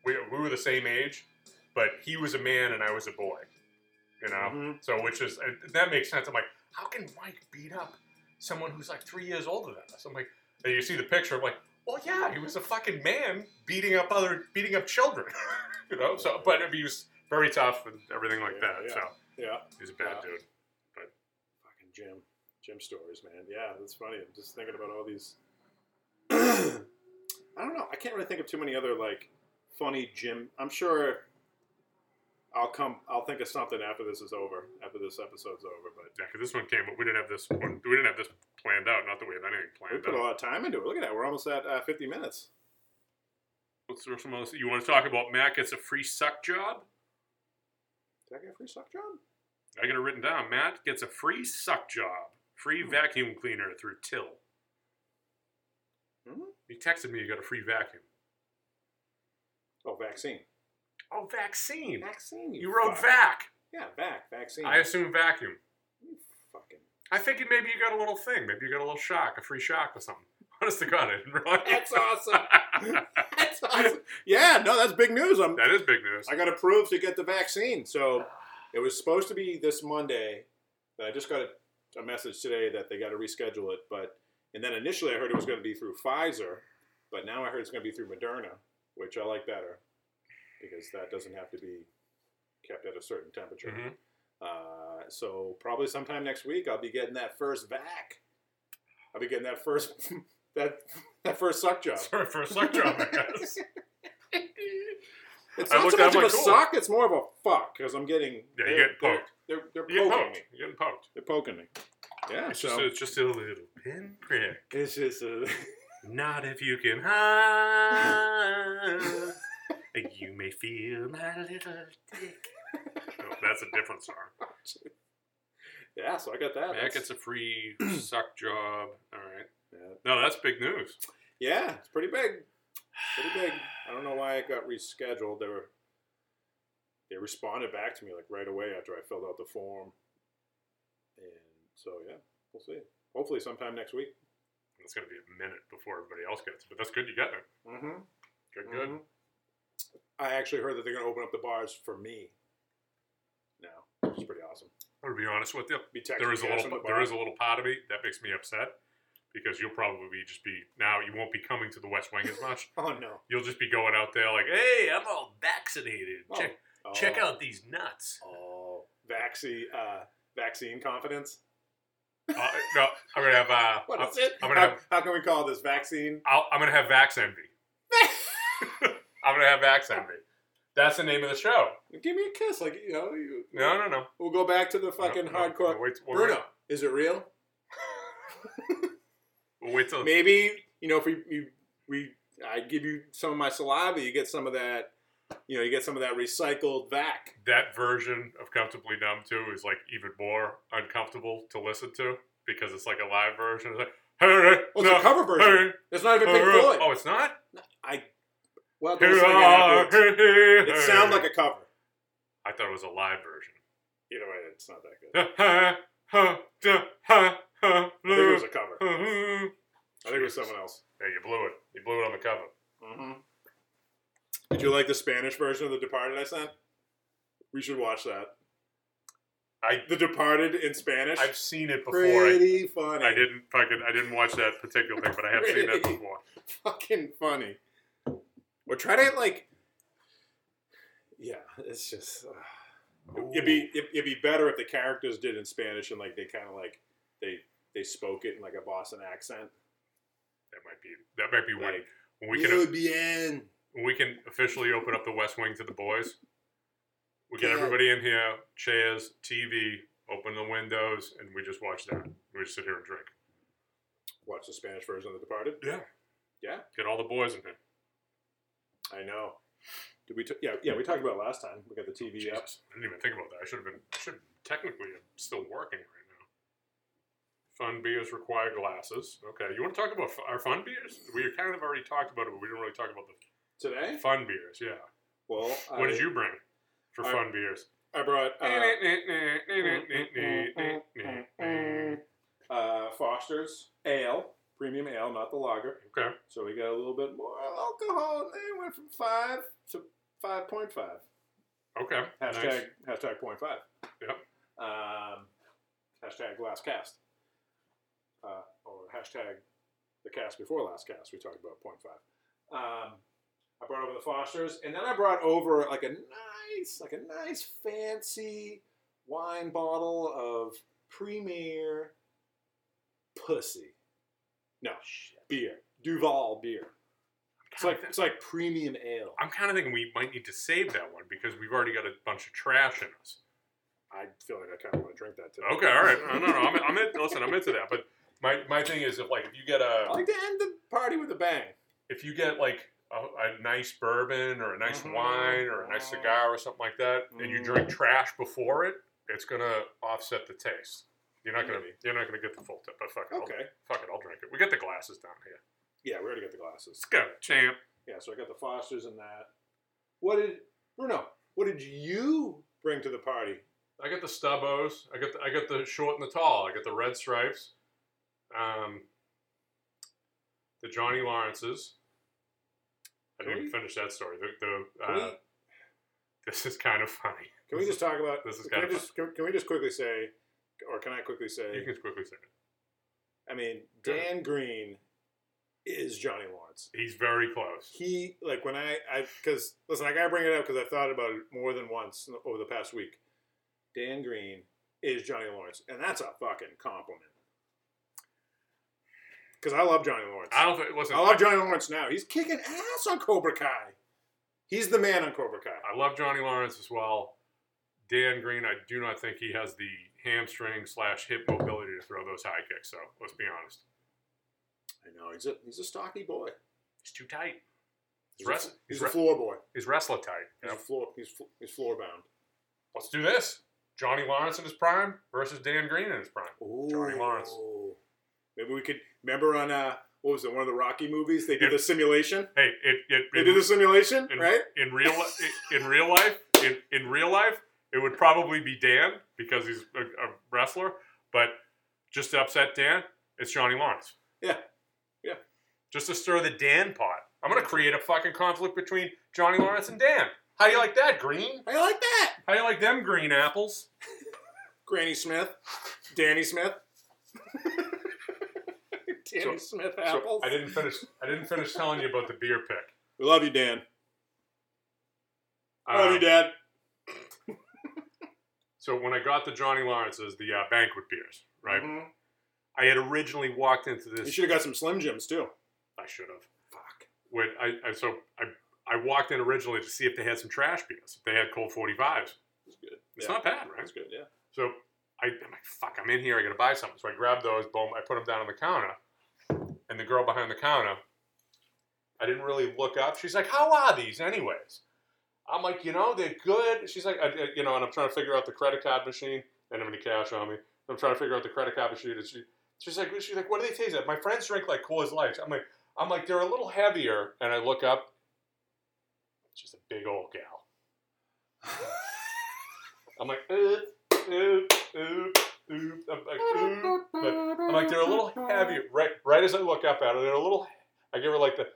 Speaker 4: we, we were the same age, but he was a man and I was a boy. You know,
Speaker 5: Mhm.
Speaker 4: so which is uh, that makes sense. I'm like, how can Mike beat up someone who's like three years older than us? I'm like, and you see the picture. I'm like, well, yeah, he was a fucking man beating up other beating up children. *laughs* you know, so but he was very tough and everything like
Speaker 5: Yeah,
Speaker 4: that.
Speaker 5: yeah.
Speaker 4: So
Speaker 5: Yeah.
Speaker 4: he's a bad
Speaker 5: Yeah.
Speaker 4: dude.
Speaker 5: Fucking Jim. Jim stories, man. Yeah, that's funny. I'm just thinking about all these. *clears throat* I don't know. I can't really think of too many other like funny Jim. I'm sure I'll come. I'll think of something after this is over. After this episode's over, but
Speaker 4: Yeah, 'cause this one came, but we didn't have this one. We didn't have this planned out. Not that we have anything
Speaker 5: we
Speaker 4: planned
Speaker 5: put
Speaker 4: out.
Speaker 5: a lot of time into it. Look at that. We're almost at uh, 50 minutes.
Speaker 4: Let's throw some else. You want to talk about Mac gets a free suck job?
Speaker 5: Did I get a free sock job?
Speaker 4: I got it written down. Matt gets a free suck job, free vacuum cleaner through Till.
Speaker 5: Hmm?
Speaker 4: He texted me. You got a free vacuum.
Speaker 5: Oh, vaccine.
Speaker 4: Oh, vaccine.
Speaker 5: Vaccine.
Speaker 4: You wrote
Speaker 5: fuck.
Speaker 4: vac.
Speaker 5: Yeah, vac. Vaccine.
Speaker 4: I assume vacuum.
Speaker 5: You fucking.
Speaker 4: *laughs* I figured maybe you got a little thing. Maybe you got a little shock, a free shock or something. *laughs* Honest to God, I didn't realize. *laughs*
Speaker 5: That's awesome. *laughs* That's awesome. Yeah, no, that's big news. I'm,
Speaker 4: that is big news.
Speaker 5: I got approved to get the vaccine. So it was supposed to be this Monday, but I just got a, a message today that they got to reschedule it. But and then initially I heard it was going to be through Pfizer, but now I heard it's going to be through Moderna, which I like better because that doesn't have to be kept at a certain temperature.
Speaker 4: Mhm.
Speaker 5: Uh, so probably sometime next week I'll be getting that first vac. I'll be getting that first *laughs* that that first suck job.
Speaker 4: *laughs* Sorry for a suck job, I guess.
Speaker 5: It's
Speaker 4: I
Speaker 5: not so
Speaker 4: looked at
Speaker 5: much of
Speaker 4: him
Speaker 5: a
Speaker 4: like, cool.
Speaker 5: sock, it's more of a fuck because I'm getting.
Speaker 4: Yeah, you
Speaker 5: they're-
Speaker 4: get poked.
Speaker 5: They're, they're,
Speaker 4: You're getting
Speaker 5: they're poking
Speaker 4: poked.
Speaker 5: me.
Speaker 4: You're getting poked.
Speaker 5: They're poking me. Yeah,
Speaker 4: It's, just,
Speaker 5: so
Speaker 4: it's just a little pinprick.
Speaker 5: it's just a. *laughs*
Speaker 4: Not if you can hide. you may feel my little dick. Oh, that's a different
Speaker 5: *laughs*
Speaker 4: song.
Speaker 5: yeah, so I got that.
Speaker 4: Mac
Speaker 5: Oh, That's-
Speaker 4: gets a free suck job. All right.
Speaker 5: Yeah.
Speaker 4: No, that's big news.
Speaker 5: yeah, it's pretty big. Pretty big. I don't know why it got rescheduled. They were. They responded back to me like right away after I filled out the form. And so yeah, we'll see. Hopefully, sometime next week.
Speaker 4: It's going to be a minute before everybody else gets it, but that's good you got it.
Speaker 5: Mm-hmm.
Speaker 4: Good, good.
Speaker 5: Mhm. I actually heard that they're going to open up the bars for me. Now, which is pretty awesome.
Speaker 4: I'm to be honest with you.
Speaker 5: Be texting
Speaker 4: There is a
Speaker 5: guys
Speaker 4: little,
Speaker 5: on the
Speaker 4: there
Speaker 5: bar.
Speaker 4: is a little part of me that makes me upset because you'll probably be just be now. You won't be coming to the West Wing as much.
Speaker 5: *laughs* Oh no!
Speaker 4: You'll just be going out there like, "Hey, I'm all vaccinated. *laughs*
Speaker 5: Oh.
Speaker 4: Check,
Speaker 5: Oh.
Speaker 4: check out these nuts."
Speaker 5: Oh, vaccine, uh, vaccine confidence.
Speaker 4: Uh, no, I'm gonna have. Uh,
Speaker 5: What
Speaker 4: I'm,
Speaker 5: is it?
Speaker 4: I'm
Speaker 5: How,
Speaker 4: gonna have.
Speaker 5: how can we call this vaccine?
Speaker 4: I'll, I'm gonna have Vax
Speaker 5: *laughs*
Speaker 4: Envy. I'm gonna have Vax Envy. That's the name of the show.
Speaker 5: Give me a kiss, like you know. You,
Speaker 4: No, no, no.
Speaker 5: We'll go back to the fucking
Speaker 4: No, no,
Speaker 5: hardcore.
Speaker 4: We'll wait, we'll
Speaker 5: Bruno,
Speaker 4: wait-
Speaker 5: is it real?
Speaker 4: We'll wait till.
Speaker 5: Maybe you know if we you, we I give you some of my saliva, you get some of that. You know, you get some of that recycled vac.
Speaker 4: That version of Comfortably Numb too is like even more uncomfortable to listen to because it's like a live version. It's like, hey, hey,
Speaker 5: Oh, it's
Speaker 4: no,
Speaker 5: a cover version.
Speaker 4: hey,
Speaker 5: It's not even
Speaker 4: hey,
Speaker 5: Pink
Speaker 4: hey.
Speaker 5: Floyd.
Speaker 4: Oh, it's not?
Speaker 5: I well,
Speaker 4: Hey,
Speaker 5: don't sing it
Speaker 4: ah,
Speaker 5: afterwards.
Speaker 4: hey, hey,
Speaker 5: it
Speaker 4: hey.
Speaker 5: sounds like a cover.
Speaker 4: I thought it was a live version. *laughs*
Speaker 5: Either way, it's not that good.
Speaker 4: I think
Speaker 5: I think it was a cover.
Speaker 4: *laughs*
Speaker 5: I think it was someone else.
Speaker 4: Yeah, you blew it. You blew it on the cover.
Speaker 5: Mm-hmm. Did you like the Spanish version of The Departed I sent? We should watch that.
Speaker 4: I
Speaker 5: The Departed in Spanish.
Speaker 4: I've seen it before. I,
Speaker 5: Pretty funny.
Speaker 4: I didn't fucking I didn't watch that particular thing, but I have seen that before.
Speaker 5: Fucking funny. Or try to like. Yeah, it's just. uh, it'd be it- it'd be better if the characters did in Spanish and like they kind of like they they spoke it in like a Boston accent.
Speaker 4: That might be that might be when,
Speaker 5: Like
Speaker 4: when we can
Speaker 5: bien.
Speaker 4: when we can officially open up the West Wing to the boys. We get
Speaker 5: Yeah.
Speaker 4: everybody in here, chairs, TV, open the windows, and we just watch that. We just sit here and drink.
Speaker 5: Watch the Spanish version of The Departed.
Speaker 4: Yeah.
Speaker 5: Yeah,
Speaker 4: Get all the boys in here.
Speaker 5: I know. Did we? T- yeah, yeah. We talked about it last time. We got the TV up.
Speaker 4: Jesus, Oh, I didn't even think about that. I should have been. I should technically am still working right now. Fun beers require glasses. Okay, you want to talk about f- our fun beers? We kind of already talked about it, but we didn't really talk about the
Speaker 5: today.
Speaker 4: fun beers. Yeah.
Speaker 5: Well,
Speaker 4: what
Speaker 5: I,
Speaker 4: did you bring for
Speaker 5: I- uh,
Speaker 4: fun beers?
Speaker 5: I brought
Speaker 4: *laughs*
Speaker 5: uh, uh, Foster's ale, premium ale, not the lager.
Speaker 4: okay.
Speaker 5: So we got a little bit more alcohol. and They went from five to five point five.
Speaker 4: Okay.
Speaker 5: Hashtag
Speaker 4: Nice.
Speaker 5: hashtag point five.
Speaker 4: Yep.
Speaker 5: Um, hashtag last cast. Uh, or hashtag the cast before last cast. We talked about point five. Um, I brought over the Fosters, and then I brought over like a nice, like a nice fancy wine bottle of Premier Pussy. No beer, Duval beer. It's like it's like premium ale.
Speaker 4: I'm kind of thinking we might need to save that one because we've already got a bunch of trash in us.
Speaker 5: I feel like I kind of want to drink that today.
Speaker 4: Okay, all right. No, no, no. I'm, I'm in, listen. I'm into that, but my, my thing is if like if you get a
Speaker 5: I like to end the party with a bang.
Speaker 4: if you get like a, a nice bourbon or a nice
Speaker 5: Mhm.
Speaker 4: wine or a nice cigar or something like that, and you drink
Speaker 5: Mm.
Speaker 4: trash before it, it's gonna offset the taste. You're not gonna you're not gonna get the full tip, but fuck it, I'll,
Speaker 5: Mm. Okay.
Speaker 4: fuck it, I'll drink it. We got the glasses down here.
Speaker 5: Yeah, we already got the glasses.
Speaker 4: Let's go, champ.
Speaker 5: Yeah, so I got the Fosters and that. What did Bruno? What did you bring to the party?
Speaker 4: I got the stubbos. I got the, I got the short and the tall. I got the red stripes. Um, the Johnny Lawrences. I
Speaker 5: Can
Speaker 4: didn't
Speaker 5: we-
Speaker 4: finish that story. The, the,
Speaker 5: Can we-
Speaker 4: uh, this is kind of funny.
Speaker 5: Can we just talk about?
Speaker 4: this is
Speaker 5: can,
Speaker 4: kinda
Speaker 5: we just, can, can we just quickly say, or can I quickly say?
Speaker 4: You can quickly say it.
Speaker 5: I mean,
Speaker 4: Go
Speaker 5: Dan Green is Johnny Lawrence.
Speaker 4: He's very close.
Speaker 5: He like when I I because listen, I gotta bring it up because I thought about it more than once over the past week. Dan Green is Johnny Lawrence, and that's a fucking compliment. Because I love Johnny Lawrence.
Speaker 4: I don't think. Listen,
Speaker 5: I love Johnny Lawrence now. He's kicking ass on Cobra Kai. He's the man on Cobra Kai.
Speaker 4: I love Johnny Lawrence as well. Dan Green, I do not think he has the hamstring slash hip mobility to throw those high kicks. So let's be honest.
Speaker 5: I know he's a he's a stocky boy.
Speaker 4: He's too tight.
Speaker 5: He's,
Speaker 4: Rest-
Speaker 5: a, he's
Speaker 4: he's re-
Speaker 5: a floor boy.
Speaker 4: He's wrestler tight.
Speaker 5: He's a floor he's fl- he's floor bound.
Speaker 4: Let's do this. Johnny Lawrence in his prime versus Dan Green in his prime. Johnny Lawrence.
Speaker 5: Ooh. Maybe we could remember on uh what was it one of the Rocky movies they did
Speaker 4: Yeah.
Speaker 5: the simulation.
Speaker 4: Hey, it, it,
Speaker 5: They
Speaker 4: in-
Speaker 5: did the simulation,
Speaker 4: in,
Speaker 5: right?
Speaker 4: in real li- in real life in, in real life it would probably be Dan because he's a, a wrestler, but just to upset Dan, it's Johnny Lawrence.
Speaker 5: Yeah. Yeah.
Speaker 4: Just to stir the Dan pot. I'm gonna create a fucking conflict between Johnny Lawrence and Dan. How you like that, Green?
Speaker 5: I like that.
Speaker 4: How you like them green apples?
Speaker 5: Granny Smith, Danny Smith, *laughs* Danny
Speaker 4: So-
Speaker 5: Smith
Speaker 4: So
Speaker 5: apples.
Speaker 4: I didn't finish. I didn't finish telling you about the beer pick.
Speaker 5: *laughs* we love you, Dan.
Speaker 4: Uh,
Speaker 5: love Oh, you, Dad.
Speaker 4: So when I got the Johnny Lawrence's, the uh, banquet beers, right?
Speaker 5: Mhm.
Speaker 4: I had originally walked into
Speaker 5: You
Speaker 4: this.
Speaker 5: should have got some Slim Jims too.
Speaker 4: I should have.
Speaker 5: Fuck.
Speaker 4: When I, I so I I walked in originally to see if they had some trash beers. If they had cold forty fives.
Speaker 5: It's good.
Speaker 4: It's
Speaker 5: Yeah.
Speaker 4: not bad, right?
Speaker 5: That's good. Yeah.
Speaker 4: So I, I'm like, fuck, I'm in here. I gotta buy something. So I grabbed those. Boom. I put them down on the counter. And the girl behind the counter, I didn't really look up. She's like, "How are these, anyways?" I'm like, "You know, they're good." She's like, I, I- "You know," and I'm trying to figure out the credit card machine. I didn't have any cash on me. I'm trying to figure out the credit card machine. And she, she's like, "She's like, what do they taste like?" My friends drink like Coors Lights. I'm like, I'm like, they're a little heavier. And I look up. She's a big old gal. I'm like, oop, oop, oop, oop. I'm like, oop. But I'm like, they're a little heavier. Right, right as I look up at her, they're a little. I give her like the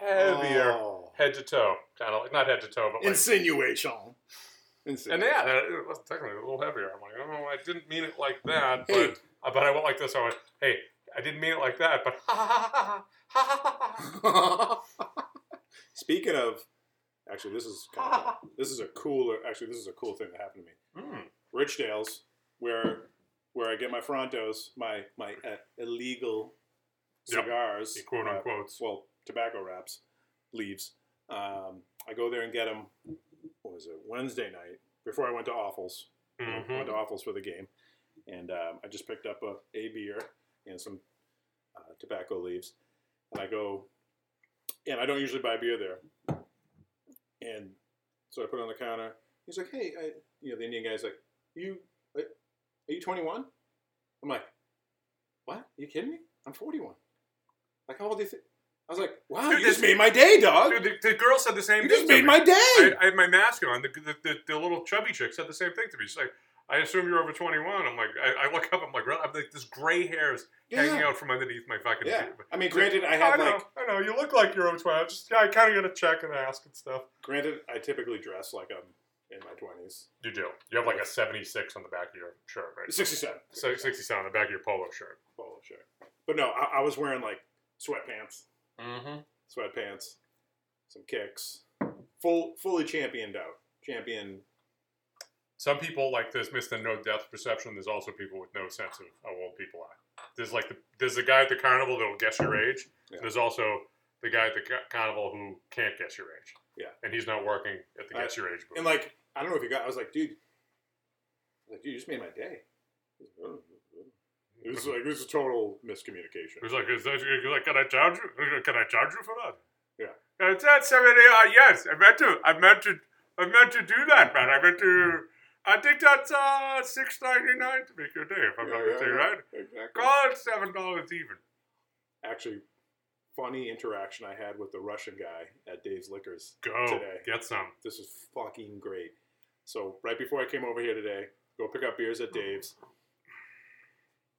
Speaker 4: heavier
Speaker 5: Oh.
Speaker 4: head to toe, kind of like not head to toe, but like.
Speaker 5: Insinuation.
Speaker 4: and yeah, that, it was technically a little heavier. I'm like, oh, I didn't mean it like that,
Speaker 5: Hey.
Speaker 4: but uh, but I went like this. I went, hey, I didn't mean it like that, but *laughs* ha ha ha ha ha ha ha.
Speaker 5: *laughs* Speaking of, actually, this is kind of,
Speaker 4: *laughs*
Speaker 5: this is a cooler. Actually, this is a cool thing that happened to me.
Speaker 4: Mm.
Speaker 5: Richdale's, where where I get my Frontos, my my uh, illegal
Speaker 4: Yep.
Speaker 5: cigars,
Speaker 4: The quote
Speaker 5: uh,
Speaker 4: unquote.
Speaker 5: well, tobacco wraps, leaves. Um, I go there and get them. What was it? Wednesday night before I went to Offals. I went
Speaker 4: hmm
Speaker 5: to Offals for the game, and um, I just picked up a, a beer and some uh, tobacco leaves, and I go and I don't usually buy beer there. And so I put it on the counter. He's like, hey, I, you know, the Indian guy's like, you, are are you 21? I'm like, what? you kidding me? I'm 41. Like, how old do you think? I was like, wow,
Speaker 4: Dude,
Speaker 5: you just
Speaker 4: this-
Speaker 5: made my day, dog.
Speaker 4: Dude, Oh, the, the girl said the same
Speaker 5: you
Speaker 4: thing.
Speaker 5: just
Speaker 4: to
Speaker 5: made
Speaker 4: me.
Speaker 5: my day.
Speaker 4: I, I had my mask on. The, the, the, the little chubby chick said the same thing to me. She's like, I assume you're over 21. I'm like, I, I look up. I'm like, really? I'm like, this gray hair is hanging
Speaker 5: yeah.
Speaker 4: out from underneath my fucking.
Speaker 5: yeah.
Speaker 4: beard.
Speaker 5: I mean, granted, I had
Speaker 4: know,
Speaker 5: like,
Speaker 4: I know. You look like you're over 21. Just, yeah, I kind of got to check and ask and stuff.
Speaker 5: granted, I typically dress like I'm in my 20s.
Speaker 4: You do. You have like a 76 on the back of your shirt, right?
Speaker 5: 67.
Speaker 4: So 67 on the back of your polo shirt.
Speaker 5: Polo shirt. But no, I, I was wearing like sweatpants,
Speaker 4: Mm-hmm.
Speaker 5: sweatpants, some kicks, full, fully championed out, champion
Speaker 4: Some people like this miss the no depth perception. There's also people with no sense of how old people are. There's like the, there's the guy at the carnival that'll guess your age.
Speaker 5: Yeah.
Speaker 4: There's also the guy at the ca- carnival who can't guess your age.
Speaker 5: Yeah.
Speaker 4: And he's not working at the
Speaker 5: Uh,
Speaker 4: guess your age booth.
Speaker 5: And like, I don't know if you got. I was like, dude, I was like, dude, you just made my day. It was like it was a total miscommunication.
Speaker 4: He's like, is that, he's like, can I charge you? Can I charge you for that?
Speaker 5: Yeah.
Speaker 4: Uh, that's I mean, uh, yes, I meant to, I meant to, I meant to do that, man. I meant to. I think that's uh six ninety nine to make your day, if I'm
Speaker 5: Yeah,
Speaker 4: not
Speaker 5: yeah,
Speaker 4: mistaken,
Speaker 5: yeah,
Speaker 4: right?
Speaker 5: Exactly.
Speaker 4: Call it seven dollars even.
Speaker 5: Actually, funny interaction I had with the Russian guy at Dave's Liquors.
Speaker 4: Go
Speaker 5: Today.
Speaker 4: get some.
Speaker 5: This is fucking great. So right before I came over here today, go pick up beers at Dave's.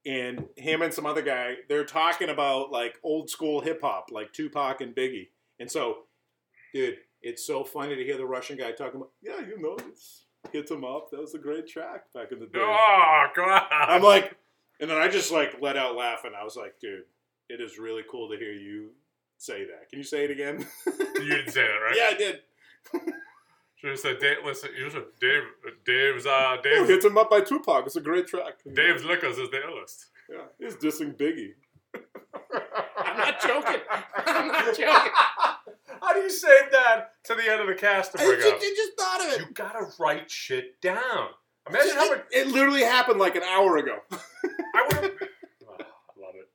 Speaker 5: And him and some other guy, they're talking about like old school hip hop, like Tupac and Biggie. And so, dude, it's so funny to hear the Russian guy talking about, yeah, you know, it's hits him up. That was a great track back in the day.
Speaker 4: Oh God!
Speaker 5: *laughs* I'm like, and then I just like let out laughing. I was like, dude, it is really cool to hear you say that. Can you say it again? *laughs*
Speaker 4: you didn't say that, right?
Speaker 5: yeah, I did.
Speaker 4: Should have said, Dave, listen, you said Dave, Dave's, uh,
Speaker 5: Oh,
Speaker 4: Dave's,
Speaker 5: *laughs* hits him up by Tupac. It's a great track.
Speaker 4: Dave's liquors is the illest.
Speaker 5: Yeah, he's dissing Biggie.
Speaker 4: I'm
Speaker 5: not joking.
Speaker 4: *laughs*
Speaker 5: I'm not joking.
Speaker 4: How do you save that to the end of the cast to bring up?
Speaker 5: just thought of
Speaker 4: You gotta write shit down. Imagine how much
Speaker 5: it literally happened like an hour ago. *laughs*
Speaker 4: I would. I love it.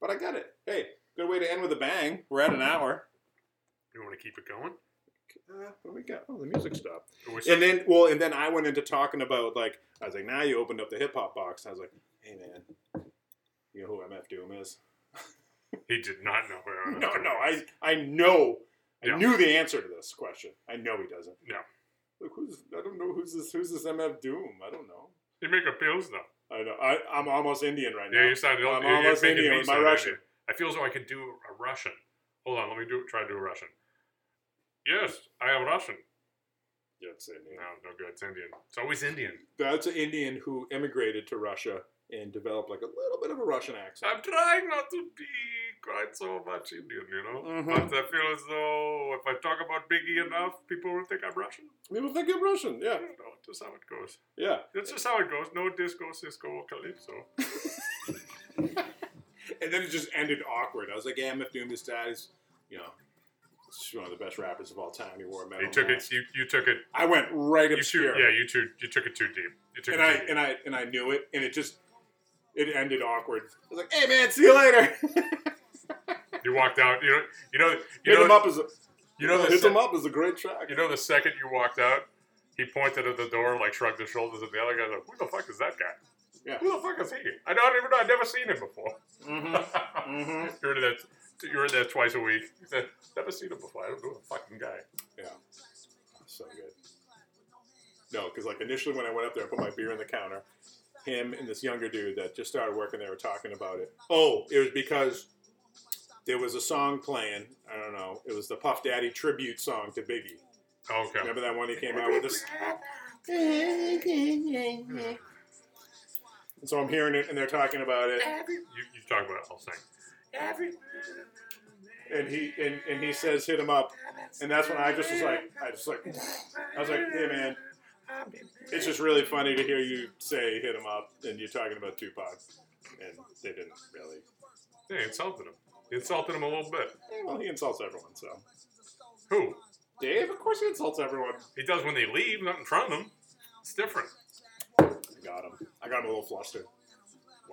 Speaker 5: But I got it. Hey, good way to end with a bang. We're at an hour.
Speaker 4: You want to keep it going?
Speaker 5: Uh, what we got? Oh, the music stopped.
Speaker 4: Or we-
Speaker 5: And then, well, and then I went into talking about like I was like, now you opened up the hip hop box. I was like, hey man, you know who MF Doom
Speaker 4: *laughs*
Speaker 5: is?
Speaker 4: he did not know where. I was
Speaker 5: No,
Speaker 4: going.
Speaker 5: no, I I know, I
Speaker 4: Yeah.
Speaker 5: knew the answer to this question. I know he doesn't.
Speaker 4: No.
Speaker 5: Like who's? I don't know who's this. Who's this MF Doom? I don't know.
Speaker 4: You make appeals though.
Speaker 5: I know. I, I'm almost Indian right now.
Speaker 4: Yeah, you sounded.
Speaker 5: I'm
Speaker 4: you're,
Speaker 5: almost
Speaker 4: you're making
Speaker 5: Indian
Speaker 4: me
Speaker 5: with my
Speaker 4: sound
Speaker 5: Russian.
Speaker 4: Indian. I feel as though I could do a Russian. Hold on, let me do try to do a Russian. Yes, I am Russian.
Speaker 5: Yeah, it's
Speaker 4: No,
Speaker 5: Indian.
Speaker 4: no good. It's Indian. It's always Indian.
Speaker 5: That's an Indian who immigrated to Russia and developed like a little bit of a Russian accent.
Speaker 4: I'm trying not to be quite so much Indian, you know.
Speaker 5: Mhm.
Speaker 4: But I feel as though if I talk about Biggie enough, people will think I'm Russian.
Speaker 5: People think I'm Russian.
Speaker 4: I
Speaker 5: Yeah,
Speaker 4: don't know. Just how it goes.
Speaker 5: yeah.
Speaker 4: That's just how it goes. No disco, Cisco, or calypso.
Speaker 5: And then it just ended awkward. I was like, yeah, MF Doom, this guy's, you know, he's one of the best rappers of all time. He wore a metal.
Speaker 4: You took it.
Speaker 5: mask.
Speaker 4: You, you took it.
Speaker 5: I went right
Speaker 4: You too,
Speaker 5: obscure.
Speaker 4: yeah, you too. You took it too deep. You took
Speaker 5: and
Speaker 4: it
Speaker 5: I
Speaker 4: too deep.
Speaker 5: and I and I knew it, and it just it ended awkward. I was like, hey man, see you later.
Speaker 4: you walked out. You know. You know. You
Speaker 5: Hit
Speaker 4: know.
Speaker 5: him up is a,
Speaker 4: you know the
Speaker 5: hit
Speaker 4: se-
Speaker 5: him up is a great track.
Speaker 4: You know the second you walked out, he pointed at the door, like shrugged his shoulders, and the other guy's like, "Who the fuck is that guy?
Speaker 5: Yeah. Mm-hmm.
Speaker 4: Who the fuck is he? I don't even know. I've never seen him before."
Speaker 5: Mhm.
Speaker 4: *laughs* You're in that. You're in that twice a week. He said, Never seen him before. I don't know the fucking guy.
Speaker 5: Yeah. So good. No, because like initially when I went up there, I put my beer on the counter. Him and this younger dude that just started working there were talking about it. Oh, it was because there was a song playing. I don't know. It was the Puff Daddy tribute song to Biggie.
Speaker 4: Okay.
Speaker 5: Remember that one he came out with this? And so I'm hearing it, and they're talking about it,
Speaker 4: You, you talk about it. I'll sing.
Speaker 5: and he and, and he says, "Hit him up," and that's when I just was like, I just like, I was like, "Hey man, it's just really funny to hear you say hit him up and you're talking about Tupac and they didn't really
Speaker 4: They insulted him. They insulted him a little bit.
Speaker 5: Eh, well he insults everyone so
Speaker 4: Who?
Speaker 5: Dave of course he insults everyone
Speaker 4: He does when they leave, not in front of them. It's different.
Speaker 5: I got him I got him a little flustered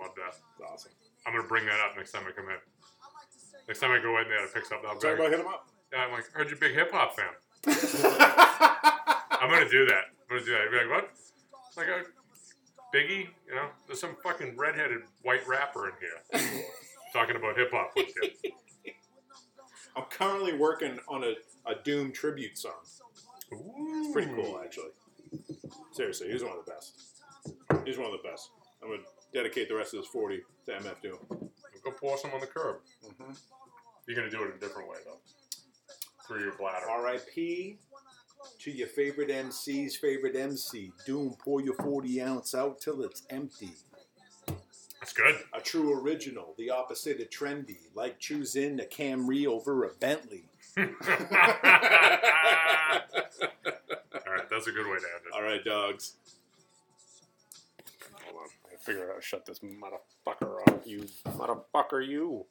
Speaker 4: Love that.
Speaker 5: it's awesome
Speaker 4: I'm gonna bring that up next time I come in. Next time I go in there to pick something up,
Speaker 5: Sorry about hit him up.
Speaker 4: I'm like, "Heard you a big hip hop fan." *laughs* I'm gonna do that. I'm gonna do that. You'd be like, "What?" It's like a Biggie, you know, there's some fucking redheaded white rapper in here talking about hip hop with you.
Speaker 5: I'm currently working on a, a Doom tribute song. It's pretty cool, actually. Seriously, he's one of the best. He's one of the best. I'm gonna dedicate the rest of this 40 to MF Doom.
Speaker 4: Go pour some on the curb.
Speaker 5: Mhm.
Speaker 4: You're gonna do it a different way though, through your bladder.
Speaker 5: R.I.P. to your favorite MC's favorite MC. Doom, pour your 40 ounce out till it's empty.
Speaker 4: That's good. *laughs*
Speaker 5: A true original, the opposite of trendy, like choosing a Camry over a Bentley.
Speaker 4: All right, that's a good way to end it.
Speaker 5: All right, dogs. Hold on. I gotta figure out how to shut this motherfucker off. You motherfucker, you.